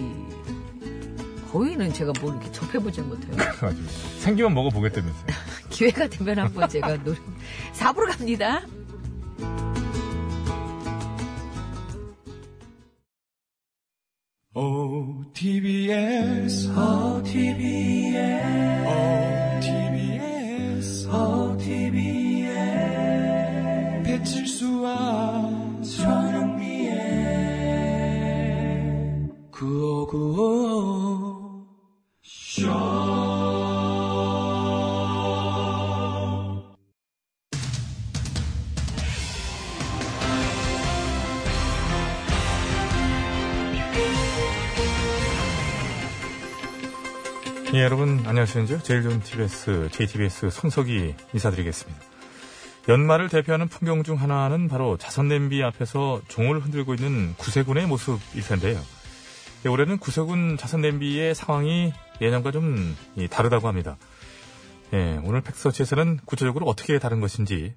Speaker 6: 거위는 제가 뭘 이렇게 접해보지 못해요.
Speaker 9: 그래가지고. 생기면 먹어보겠다면서요.
Speaker 6: 기회가 되면 한번 제가 노력. 4부로 갑니다.
Speaker 4: 어, OTBS, OTBS, OTBS, OTBS, 배칠수와 전영미의 구호구호
Speaker 9: 예, 여러분 안녕하십니까? 제일 좋은 TBS, JTBS 손석희 인사드리겠습니다. 연말을 대표하는 풍경 중 하나는 바로 자선냄비 앞에서 종을 흔들고 있는 구세군의 모습일 텐데요. 예, 올해는 구세군 자선냄비의 상황이 예년과 좀 이, 다르다고 합니다. 예, 오늘 팩서치에서는 구체적으로 어떻게 다른 것인지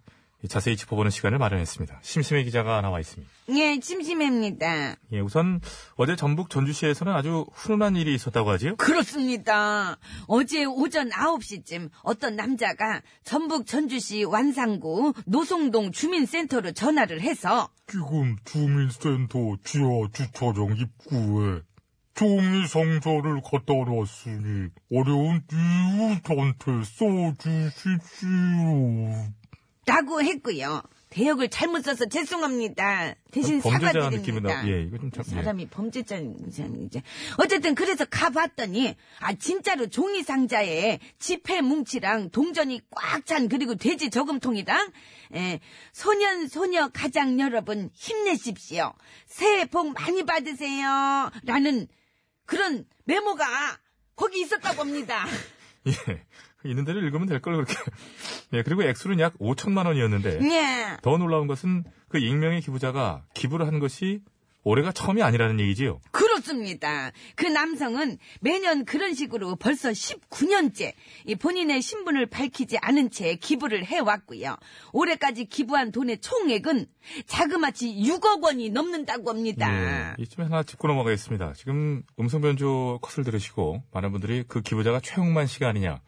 Speaker 9: 자세히 짚어보는 시간을 마련했습니다. 심심해 기자가 나와 있습니다.
Speaker 2: 예, 심심합니다.
Speaker 9: 예, 우선 어제 전북 전주시에서는 아주 훈훈한 일이 있었다고 하지요?
Speaker 2: 그렇습니다. 어제 오전 9시쯤 어떤 남자가 전북 전주시 완산구 노송동 주민센터로 전화를 해서
Speaker 9: 지금 주민센터 지하 주차장 입구에 종이 상자를 갖다 놨으니 어려운 이웃한테 써주십시오.
Speaker 2: 라고 했고요. 대역을 잘못 써서 죄송합니다. 대신
Speaker 9: 범죄자 느낌이
Speaker 2: 사과드립니다.
Speaker 9: 나. 예, 이거 좀 참. 예.
Speaker 2: 사람이 범죄자인 사람이지. 어쨌든 그래서 가봤더니 아 진짜로 종이 상자에 지폐 뭉치랑 동전이 꽉 찬 그리고 돼지 저금통이랑 에, 소년 소녀 가장 여러분 힘내십시오. 새해 복 많이 받으세요라는 그런 메모가 거기 있었다고 합니다.
Speaker 9: 예. 있는 대로 읽으면 될 걸 그렇게. 예, 그리고 액수는 약 5천만 원이었는데
Speaker 2: 예.
Speaker 9: 더 놀라운 것은 그 익명의 기부자가 기부를 한 것이 올해가 처음이 아니라는 얘기지요.
Speaker 2: 그렇습니다. 그 남성은 매년 그런 식으로 벌써 19년째 본인의 신분을 밝히지 않은 채 기부를 해왔고요. 올해까지 기부한 돈의 총액은 자그마치 6억 원이 넘는다고 합니다.
Speaker 9: 예, 이쯤에 하나 짚고 넘어가겠습니다. 지금 음성 변조 컷을 들으시고 많은 분들이 그 기부자가 최홍만 씨가 아니냐라고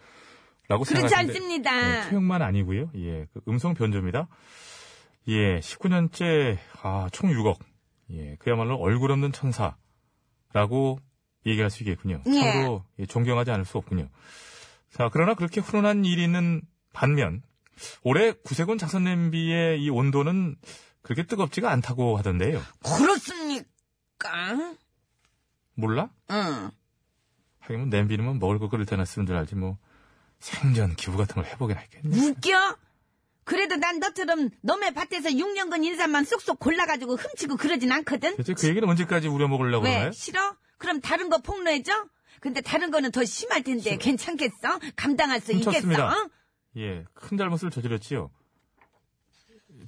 Speaker 2: 그렇지
Speaker 9: 생각하시는데
Speaker 2: 않습니다.
Speaker 9: 네, 최홍만 아니고요. 예, 그 음성 변조입니다.
Speaker 1: 예, 19년째, 아, 총 6억. 예, 그야말로 얼굴 없는 천사라고 얘기할 수 있겠군요.
Speaker 2: 예.
Speaker 1: 참으로 예, 존경하지 않을 수 없군요. 자, 그러나 그렇게 훈훈한 일이 있는 반면, 올해 구세군 작선 냄비의 이 온도는 그렇게 뜨겁지가 않다고 하던데요.
Speaker 2: 그렇습니까?
Speaker 1: 몰라?
Speaker 2: 응.
Speaker 1: 하긴 뭐 냄비는 뭐 먹을 거 끓일 때나 쓰는 줄 알지 뭐 생전 기부 같은 걸 해보긴 했겠네.
Speaker 2: 웃겨? 그래도 난 너처럼 너네 밭에서 6년근 인삼만 쏙쏙 골라가지고 훔치고 그러진 않거든?
Speaker 1: 대체 그 얘기는 언제까지 우려먹으려고
Speaker 2: 왜?
Speaker 1: 그러나요?
Speaker 2: 싫어? 그럼 다른 거 폭로해줘? 근데 다른 거는 더 심할 텐데 괜찮겠어? 감당할 수 있겠어?
Speaker 1: 훔쳤습니다.
Speaker 2: 어?
Speaker 1: 예, 큰 잘못을 저질렀지요.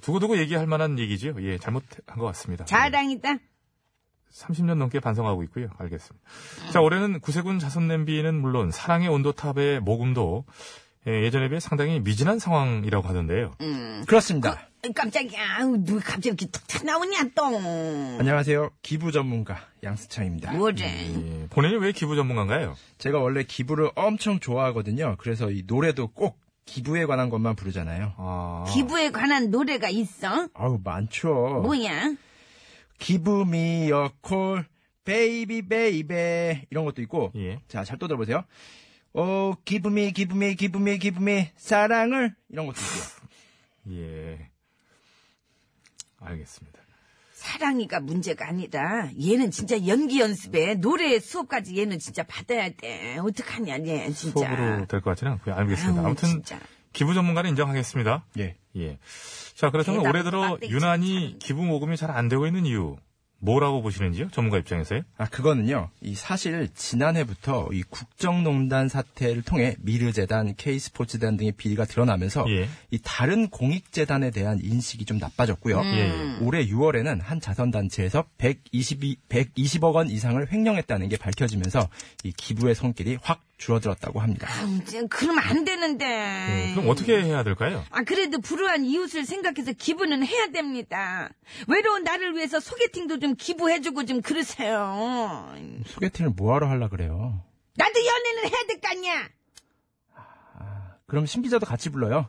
Speaker 1: 두고두고 얘기할 만한 얘기지요. 예, 잘못한 것 같습니다. 예,
Speaker 2: 자랑이다.
Speaker 1: 30년 넘게 반성하고 있고요. 알겠습니다. 자, 올해는 구세군 자선 냄비는 물론 사랑의 온도탑의 모금도 예, 예전에 비해 상당히 미진한 상황이라고 하던데요.
Speaker 2: 음.
Speaker 10: 그렇습니다.
Speaker 2: 아이, 깜짝이야. 아우, 누가 갑자기 이렇게 툭툭 나오냐, 또.
Speaker 10: 안녕하세요. 기부 전문가 양수창입니다.
Speaker 2: 뭐래.
Speaker 1: 예, 본인이 왜 기부 전문가인가요?
Speaker 10: 제가 원래 기부를 엄청 좋아하거든요. 그래서 이 노래도 꼭 기부에 관한 것만 부르잖아요.
Speaker 1: 아,
Speaker 2: 기부에 관한 노래가 있어?
Speaker 10: 아우 많죠.
Speaker 2: 뭐야?
Speaker 10: 기부 미어콜 베이비 베이베 이런 것도 있고.
Speaker 1: 예.
Speaker 10: 자, 잘 또 들어보세요. 오, 기부미 기부미 기부미 기부미 사랑을 이런 것도 있고요.
Speaker 1: 예. 알겠습니다.
Speaker 2: 사랑이가 문제가 아니라 얘는 진짜 연기 연습에 노래 수업까지 얘는 진짜 받아야 돼. 어떡하냐 얘 진짜.
Speaker 1: 수업으로 될 것 같지는 않고요. 알겠습니다.
Speaker 2: 아우,
Speaker 1: 아무튼
Speaker 2: 진짜.
Speaker 1: 기부 전문가는 인정하겠습니다.
Speaker 10: 예.
Speaker 1: 예. 자, 그렇다면
Speaker 2: 대답은
Speaker 1: 올해 들어
Speaker 2: 빡빡이
Speaker 1: 유난히
Speaker 2: 참
Speaker 1: 기부 모금이 잘 안 되고 있는 이유 뭐라고 보시는지요? 전문가 입장에서요?
Speaker 10: 아, 그거는요. 이 사실 지난해부터 이 국정농단 사태를 통해 미르재단, K스포츠단 등의 비리가 드러나면서
Speaker 1: 예.
Speaker 10: 이 다른 공익재단에 대한 인식이 좀 나빠졌고요.
Speaker 2: 음.
Speaker 1: 예.
Speaker 10: 올해 6월에는 한 자선단체에서 120, 120억 원 이상을 횡령했다는 게 밝혀지면서 이 기부의 손길이 확 줄어들었다고 합니다.
Speaker 2: 아우, 이제 그러면 안 되는데.
Speaker 1: 예,
Speaker 2: 음.
Speaker 1: 그럼 어떻게 해야 될까요?
Speaker 2: 아 그래도 불우한 이웃을 생각해서 기부는 해야 됩니다. 외로운 나를 위해서 소개팅도 좀 기부해주고 좀 그러세요.
Speaker 10: 소개팅을 뭐하러 하려 그래요?
Speaker 2: 나도 연애는 해야 될 거 아니야.
Speaker 10: 그럼 신비자도 같이 불러요.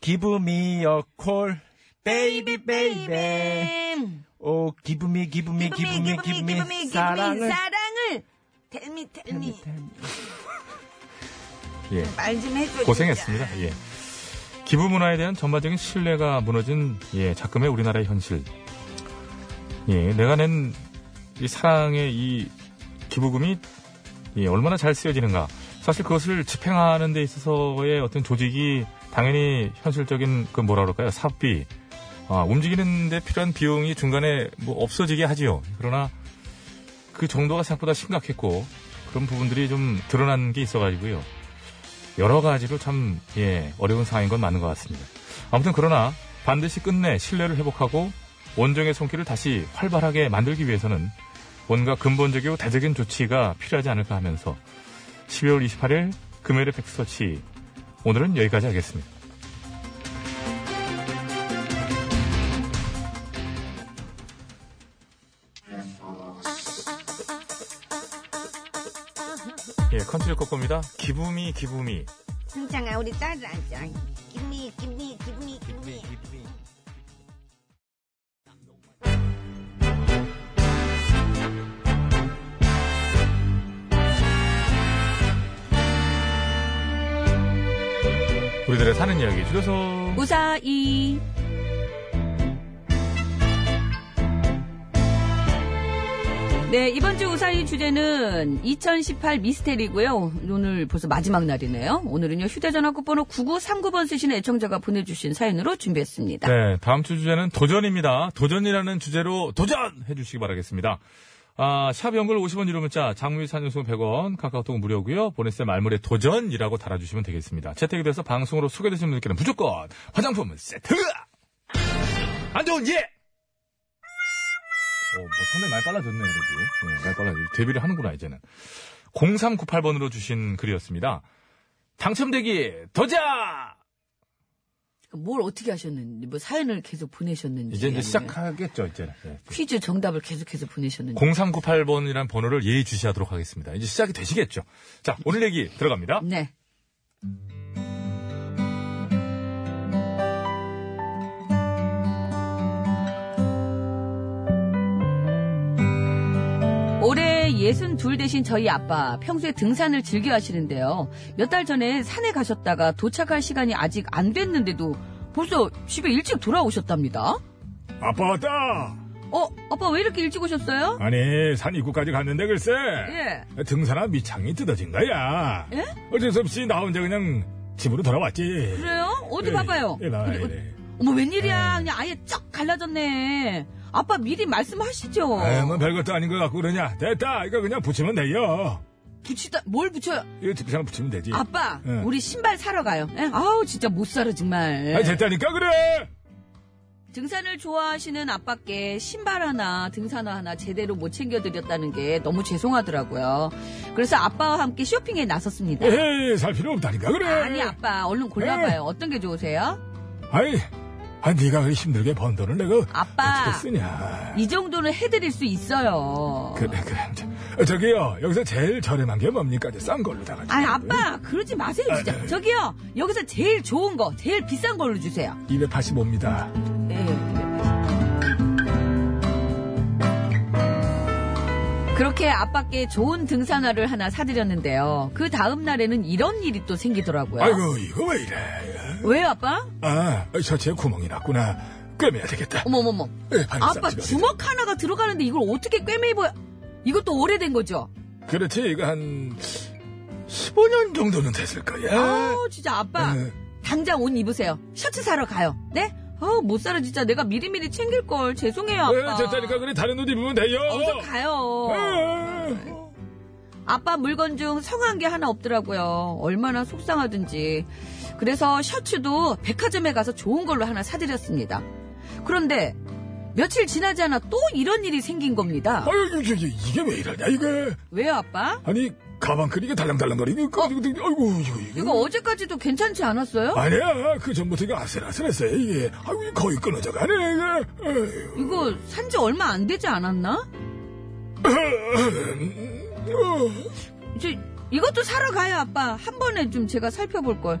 Speaker 10: Give me a call, baby, baby.
Speaker 2: 음,
Speaker 10: 오, Oh, give me, give me, give me, give me,
Speaker 2: 사랑을
Speaker 10: 사랑을.
Speaker 2: 사랑을 텔미 텔미
Speaker 1: 예.
Speaker 2: 말 좀 해줘.
Speaker 1: 고생했습니다. 예. 기부 문화에 대한 전반적인 신뢰가 무너진 예, 작금의 우리나라의 현실. 예, 내가 낸 이 사랑의 이 기부금이 예, 얼마나 잘 쓰여지는가. 사실 그것을 집행하는 데 있어서의 어떤 조직이 당연히 현실적인 그 뭐라 그럴까요? 사업비. 아, 움직이는 데 필요한 비용이 중간에 뭐 없어지게 하지요. 그러나 그 정도가 생각보다 심각했고 그런 부분들이 좀 드러난 게 있어가지고요. 여러 가지로 참, 예, 어려운 상황인 건 맞는 것 같습니다. 아무튼 그러나 반드시 끝내 신뢰를 회복하고 원정의 손길을 다시 활발하게 만들기 위해서는 뭔가 근본적이고 대적인 조치가 필요하지 않을까 하면서 12월 28일 금요일의 팩스터치 오늘은 여기까지 하겠습니다. 예, 컨트롤 꺾입니다 기부미, 기부미.
Speaker 2: 승창아 우리 따라하자. 김미 김미 김미 김미.
Speaker 1: 우리들의 사는 이야기 줄여서
Speaker 2: 무사히.
Speaker 11: 네, 이번 주 우사히 주제는 2018 미스테리고요. 오늘 벌써 마지막 날이네요. 오늘은요, 휴대전화 끝번호 9939번 쓰시는 애청자가 보내주신 사연으로 준비했습니다.
Speaker 1: 네, 다음 주 주제는 도전입니다. 도전이라는 주제로 도전해 주시기 바라겠습니다. 아, 샵 연글 50원 유료 문자, 장미 산연송 100원, 카카오톡 무료고요. 보내세 말물에 도전이라고 달아주시면 되겠습니다. 채택이 돼서 방송으로 소개되신 분들께는 무조건 화장품 세트! 안 좋은 예! 어, 뭐 상당히 많이 빨라졌네요, 그래도. 네, 많이 빨라졌 데뷔를 하는구나, 이제는. 0398번으로 주신 글이었습니다. 당첨되기 도전!
Speaker 11: 뭘 어떻게 하셨는지, 뭐 사연을 계속 보내셨는지.
Speaker 1: 이제 이제
Speaker 11: 아니면
Speaker 1: 시작하겠죠, 이제는. 네.
Speaker 11: 퀴즈 정답을 계속해서 보내셨는지.
Speaker 1: 0398번이라는 번호를 예의 주시하도록 하겠습니다. 이제 시작이 되시겠죠. 자, 오늘 얘기 들어갑니다.
Speaker 11: 네.
Speaker 2: 올해 62 대신 저희 아빠 평소에 등산을 즐겨 하시는데요. 몇 달 전에 산에 가셨다가 도착할 시간이 아직 안 됐는데도 벌써 집에 일찍 돌아오셨답니다.
Speaker 9: 아빠 왔다!
Speaker 2: 어, 아빠 왜 이렇게 일찍 오셨어요?
Speaker 9: 아니, 산 입구까지 갔는데 글쎄.
Speaker 2: 예.
Speaker 9: 등산화 밑창이 뜯어진 거야. 어쩔 수 없이 나 혼자 그냥 집으로 돌아왔지.
Speaker 2: 그래요? 어디
Speaker 9: 예,
Speaker 2: 봐봐요.
Speaker 9: 예, 나,
Speaker 2: 어디, 어디-
Speaker 9: 예.
Speaker 2: 어머, 웬일이야. 그냥 아예 쫙 갈라졌네. 아빠 미리 말씀하시죠.
Speaker 9: 아유, 뭐 별것도 아닌 것 같고 그러냐. 됐다. 이거 그냥 붙이면 돼요.
Speaker 2: 붙이다, 뭘 붙여요?
Speaker 9: 이거 집사람 붙이면 되지.
Speaker 2: 아빠,
Speaker 9: 예.
Speaker 2: 우리 신발 사러 가요. 예? 아우, 진짜 못 살아, 정말.
Speaker 9: 아니, 됐다니까, 그래!
Speaker 2: 등산을 좋아하시는 아빠께 신발 하나, 등산화 하나 제대로 못 챙겨드렸다는 게 너무 죄송하더라고요. 그래서 아빠와 함께 쇼핑에 나섰습니다.
Speaker 9: 에이, 살 필요 없다니까, 그래!
Speaker 2: 아니, 아빠, 얼른
Speaker 9: 예.
Speaker 2: 골라봐요. 어떤 게 좋으세요?
Speaker 9: 아이, 아, 네가 그 힘들게 번 돈을 내가
Speaker 2: 아빠.
Speaker 9: 어떻게 쓰냐.
Speaker 2: 이 정도는 해드릴 수 있어요.
Speaker 9: 그래, 그래. 저- 저기요, 여기서 제일 저렴한 게 뭡니까? 저싼 걸로다가.
Speaker 2: 아니, 아빠, 그러지 마세요,
Speaker 9: 네.
Speaker 2: 진짜. 저기요, 여기서 제일 좋은 거, 제일 비싼 걸로 주세요.
Speaker 9: 285입니다.
Speaker 2: 네. 그렇게 아빠께 좋은 등산화를 하나 사드렸는데요. 그 다음 날에는 이런 일이 또 생기더라고요.
Speaker 9: 아이고, 이거 왜 이래.
Speaker 2: 왜 아빠?
Speaker 9: 아, 셔츠에 구멍이 났구나. 꿰매야 되겠다.
Speaker 2: 어머머머.
Speaker 9: 예, 바늘
Speaker 2: 아빠
Speaker 9: 쌈지가
Speaker 2: 주먹 하나가 들어가는데 이걸 어떻게 꿰매 입어요? 이것도 오래된 거죠?
Speaker 9: 되겠다. 그렇지, 이거 한 15년 정도는 됐을 거야.
Speaker 2: 아우, 진짜 아빠.
Speaker 9: 예.
Speaker 2: 당장 옷 입으세요. 셔츠 사러 가요. 네? 아우, 못 살아, 진짜. 내가 미리미리 챙길걸. 죄송해요, 아빠.
Speaker 9: 예, 됐다니까, 그래. 다른 옷 입으면 돼요.
Speaker 2: 어서 가요.
Speaker 9: 예.
Speaker 2: 아빠 물건 중 성한 게 하나 없더라고요. 얼마나 속상하든지. 그래서 셔츠도 백화점에 가서 좋은 걸로 하나 사드렸습니다. 그런데 며칠 지나지 않아 또 이런 일이 생긴 겁니다.
Speaker 9: 아유, 이게, 이게 왜 이러냐, 이게.
Speaker 2: 왜요, 아빠?
Speaker 9: 아니, 가방끈 이게 달랑달랑거리고,
Speaker 2: 어?
Speaker 9: 그, 그, 그, 아이고, 이거, 이거.
Speaker 2: 이거 어제까지도 괜찮지 않았어요?
Speaker 9: 아니야, 그 전부터 이거 아슬아슬했어요, 이게. 아이고, 거의 끊어져 가네, 이게. 에휴.
Speaker 2: 이거 산 지 얼마 안 되지 않았나? 이제 이것도 사러 가요, 아빠. 한 번에 좀 제가 살펴볼 걸.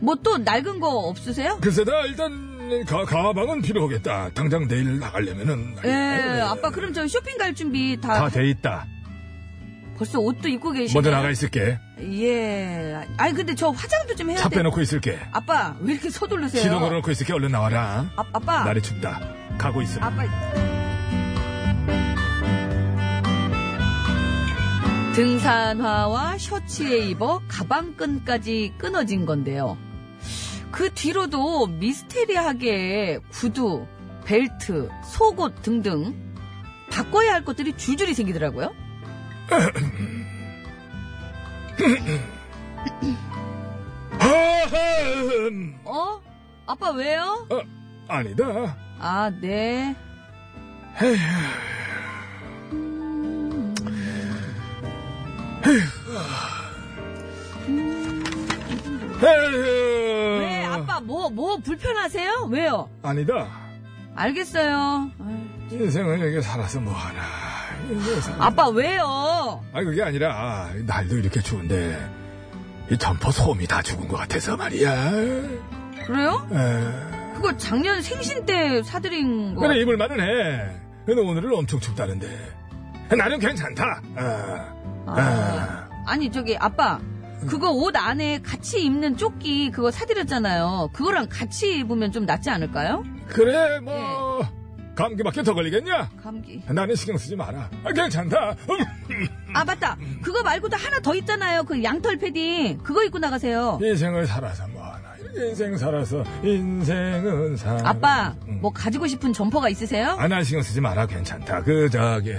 Speaker 2: 뭐 또 낡은 거 없으세요?
Speaker 9: 글쎄다, 일단, 가, 가방은 필요하겠다. 당장 내일 나가려면은.
Speaker 2: 예, 아빠 그럼 저 쇼핑 갈 준비 다,
Speaker 9: 다 돼 있다.
Speaker 2: 벌써 옷도 입고 계시네.
Speaker 9: 먼저 나가 있을게.
Speaker 2: 예. 아니 근데 저 화장도 좀 해야
Speaker 9: 차
Speaker 2: 돼.
Speaker 9: 빼놓고 있을게.
Speaker 2: 아빠 왜 이렇게 서두르세요?
Speaker 9: 시동 걸어놓고 있을게. 얼른 나와라.
Speaker 2: 아, 네. 아빠.
Speaker 9: 날이 춥다. 가고 있어.
Speaker 2: 아빠. 등산화와 셔츠에 입어 가방끈까지 끊어진 건데요. 그 뒤로도 미스테리하게 구두, 벨트, 속옷 등등 바꿔야 할 것들이 줄줄이 생기더라고요.
Speaker 9: 아흠.
Speaker 2: 어? 아빠 왜요?
Speaker 9: 어, 아니다.
Speaker 2: 아, 네.
Speaker 9: 에휴.
Speaker 2: 왜 아빠 뭐 뭐 불편하세요? 왜요?
Speaker 9: 아니다.
Speaker 2: 알겠어요.
Speaker 9: 인생을 여기 살아서 뭐하나. 인생에서-
Speaker 2: 아빠 왜요?
Speaker 9: 아니 그게 아니라 날도 이렇게 추운데 이 점퍼 솜이 다 죽은 것 같아서 말이야.
Speaker 2: 그래요?
Speaker 9: 에.
Speaker 2: 그거 작년 생신 때 사드린 거.
Speaker 9: 예. 그래 입을 만은 해. 근데 오늘은 엄청 춥다는데. 나는 괜찮다. 어.
Speaker 2: 아.
Speaker 9: 어.
Speaker 2: 아니 저기 아빠 그거 옷 안에 같이 입는 조끼 그거 사드렸잖아요. 그거랑 같이 입으면 좀 낫지 않을까요?
Speaker 9: 그래 뭐
Speaker 2: 예.
Speaker 9: 감기밖에 더 걸리겠냐?
Speaker 2: 감기.
Speaker 9: 나는 신경 쓰지 마라. 아, 괜찮다. 음.
Speaker 2: 아 맞다. 그거 말고도 하나 더 있잖아요. 그 양털 패딩 그거 입고 나가세요.
Speaker 9: 인생을 살아서 뭐하나. 이렇게 인생 살아서 인생은 살.
Speaker 2: 아빠 뭐 가지고 싶은 점퍼가 있으세요?
Speaker 9: 아나 신경 쓰지 마라 괜찮다. 그 저기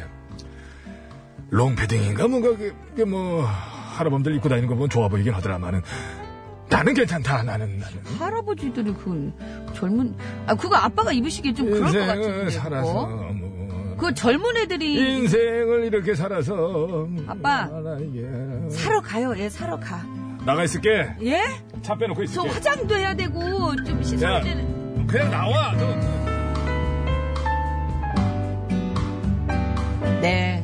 Speaker 9: 롱패딩인가 뭔가 그뭐 할아범들 입고 다니는 거 보면 좋아 보이긴 하더라마는 나는 괜찮다. 나는 나는.
Speaker 2: 할아버지들이 그 젊은 아 그거 아빠가 입으시기 좀 그럴 것 같은데.
Speaker 9: 인생을 살아서
Speaker 2: 그거.
Speaker 9: 뭐.
Speaker 2: 그 젊은 애들이
Speaker 9: 인생을 이렇게 살아서 뭐,
Speaker 2: 아빠.
Speaker 9: 뭐하나, 이게.
Speaker 2: 사러 가요. 예, 사러 가.
Speaker 9: 나가 있을게.
Speaker 2: 예?
Speaker 9: 차 빼놓고
Speaker 2: 저
Speaker 9: 있을게.
Speaker 2: 화장도 해야 되고 좀
Speaker 9: 야.
Speaker 2: 씻어야 되는.
Speaker 9: 그냥 나와. 너.
Speaker 2: 네.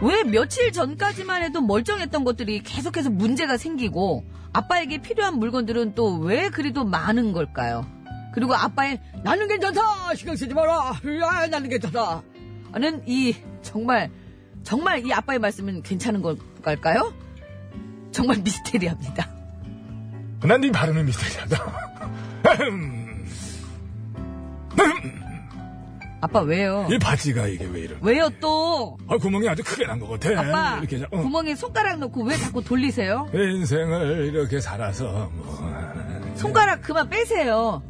Speaker 2: 왜 며칠 전까지만 해도 멀쩡했던 것들이 계속해서 문제가 생기고 아빠에게 필요한 물건들은 또 왜 그리도 많은 걸까요? 그리고 아빠의 나는 괜찮다 신경 쓰지 마라 야, 나는 괜찮다 하는 이 정말 정말 이 아빠의 말씀은 괜찮은 걸까요? 정말 미스테리합니다.
Speaker 12: 난 네 발음이 미스터리하다.
Speaker 2: 아빠 왜요?
Speaker 12: 이 바지가 이게 왜 이래?
Speaker 2: 왜요 또?
Speaker 12: 아, 구멍이 아주 크게 난 것 같아.
Speaker 2: 아빠
Speaker 12: 이렇게 해서, 어.
Speaker 2: 구멍에 손가락 넣고 왜 자꾸 돌리세요?
Speaker 12: 내 인생을 이렇게 살아서 뭐.
Speaker 2: 손가락 그만 빼세요.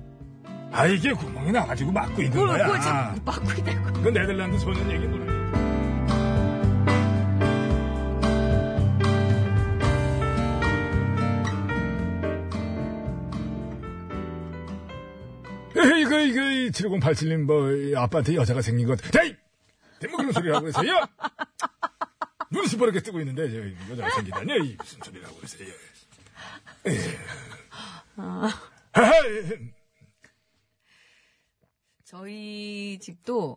Speaker 12: 아 이게 구멍이 나가지고 막고 있는
Speaker 2: 그걸
Speaker 12: 거야.
Speaker 2: 그걸 자꾸 막고 있다고.
Speaker 12: 그 네덜란드 소년 얘기 노래. 에이, 이거, 이거, 7087님, 뭐, 이 아빠한테 여자가 생긴 것. 에이! 뭐 그런 소리라고 그러세요? 눈이 시퍼렇게 뜨고 있는데, 저 여자가 생기다니, 이 무슨 소리라고 그러세요? 에이.
Speaker 2: 아.
Speaker 12: 에이.
Speaker 2: 저희 집도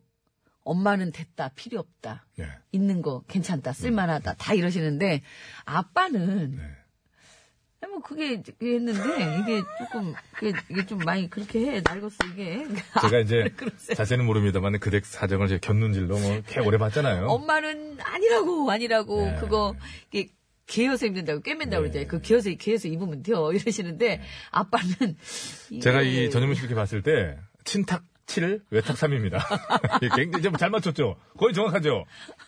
Speaker 2: 엄마는 됐다, 필요 없다,
Speaker 12: 예.
Speaker 2: 있는 거 괜찮다, 쓸만하다, 다 이러시는데, 아빠는,
Speaker 9: 네.
Speaker 2: 아니, 뭐, 그게, 이제 그게 했는데, 이게 조금, 그게, 이게 좀 많이 그렇게 해, 아, 낡았어, 이게.
Speaker 9: 제가 이제 자세는 모릅니다만 그댁 사정을 제 견눈질로 뭐 꽤 오래 봤잖아요.
Speaker 2: 엄마는 아니라고, 아니라고,
Speaker 9: 네.
Speaker 2: 그거, 이게, 개여서 입는다고, 꿰맨다고 그러잖아요. 그 개여서, 개여서 입으면 돼요. 이러시는데, 아빠는. 이게
Speaker 9: 제가 이 전현무 씨 이렇게 봤을 때 친탁 7, 외탁 3입니다. 예, 굉장히 이제 잘 맞췄죠? 거의 정확하죠?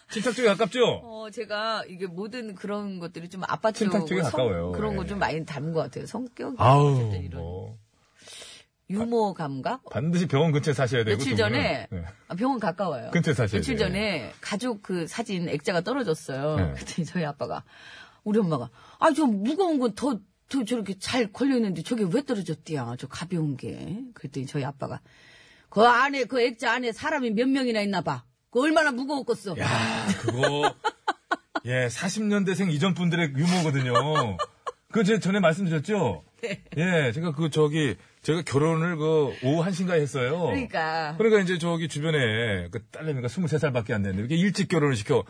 Speaker 9: 친탁 쪽에 가깝죠?
Speaker 2: 어, 제가 이게 모든 그런 것들이 좀 아빠
Speaker 9: 친탁 쪽에
Speaker 2: 쪽에
Speaker 9: 가까워요.
Speaker 2: 그런
Speaker 9: 예.
Speaker 2: 거 좀 많이 닮은 것 같아요. 성격이.
Speaker 9: 아우,
Speaker 2: 어쨌든 이런
Speaker 9: 뭐.
Speaker 2: 유머 감각?
Speaker 9: 반드시 병원 근처에 사셔야 되고.
Speaker 2: 며칠
Speaker 9: 두 분은.
Speaker 2: 전에
Speaker 9: 네.
Speaker 2: 아, 병원 가까워요.
Speaker 9: 근처에 사셔야
Speaker 2: 며칠
Speaker 9: 돼요.
Speaker 2: 전에 가족 그 사진 액자가 떨어졌어요.
Speaker 9: 네.
Speaker 2: 그때 저희 아빠가 우리 엄마가 아 저 무거운 거 더 저렇게 잘 걸려 있는데 저게 왜 떨어졌디야? 저 가벼운 게. 그랬더니 저희 아빠가 그 안에 그 액자 안에 사람이 몇 명이나 있나 봐. 그 얼마나 무거웠겠어.
Speaker 9: 야, 아, 그거 예, 40년대생 이전 분들의 유머거든요. 그 제가 전에 말씀드렸죠?
Speaker 2: 네.
Speaker 9: 예, 제가 그 저기 제가 결혼을 그 오후 1시인가에 했어요.
Speaker 2: 그러니까
Speaker 9: 그러니까 이제 저기 주변에 그 딸내미가 23살밖에 안 됐는데 이렇게 일찍 결혼을 시켜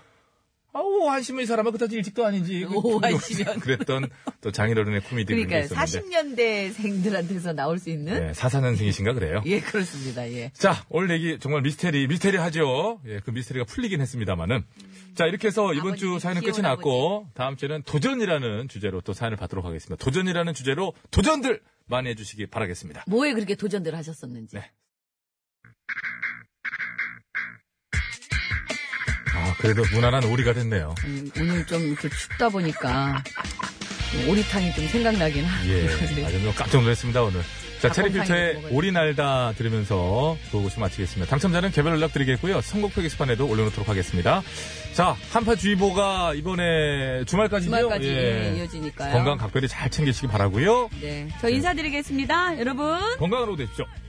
Speaker 9: 아우 한심한 이 사람아 그다지 일찍도 아니지 그
Speaker 2: 오, 한심한.
Speaker 9: 그랬던 또 장인어른의 코미디 그런 게
Speaker 2: 그러니까
Speaker 9: 있었는데
Speaker 2: 40년대생들한테서 나올 수 있는
Speaker 9: 예, 44년생이신가 그래요.
Speaker 2: 예 그렇습니다. 예.
Speaker 9: 자 오늘 얘기 정말 미스테리 미스테리하죠. 예, 그 미스테리가 풀리긴 했습니다마는 자 이렇게 해서 이번 주
Speaker 2: 아버님이
Speaker 9: 사연은 끝이
Speaker 2: 귀여운
Speaker 9: 났고 다음 주에는 도전이라는 주제로 또 사연을 받도록 하겠습니다. 도전이라는 주제로 도전들 많이 해주시기 바라겠습니다.
Speaker 2: 뭐에 그렇게 도전들 하셨었는지.
Speaker 9: 네. 아 그래도 무난한 오리가 됐네요.
Speaker 2: 음, 오늘 좀 이렇게 춥다 보니까 오리탕이 좀 생각나긴 하네요. 아,
Speaker 9: 예. 아주 뭐 깜짝 놀랐습니다, 오늘. 자,
Speaker 2: 닭곰탕이
Speaker 9: 체리필터의
Speaker 2: 먹어요.
Speaker 9: 오리 날다 들으면서 보고시 마치겠습니다. 당첨자는 개별 연락 드리겠고요. 선곡표 게시판에도 올려놓도록 하겠습니다. 자, 한파주의보가 이번에 주말까지죠?
Speaker 2: 주말까지
Speaker 9: 예.
Speaker 2: 이어지니까요.
Speaker 9: 건강 각별히 잘 챙기시기 바라고요
Speaker 2: 네. 저 인사드리겠습니다. 여러분.
Speaker 9: 건강으로 되십시오.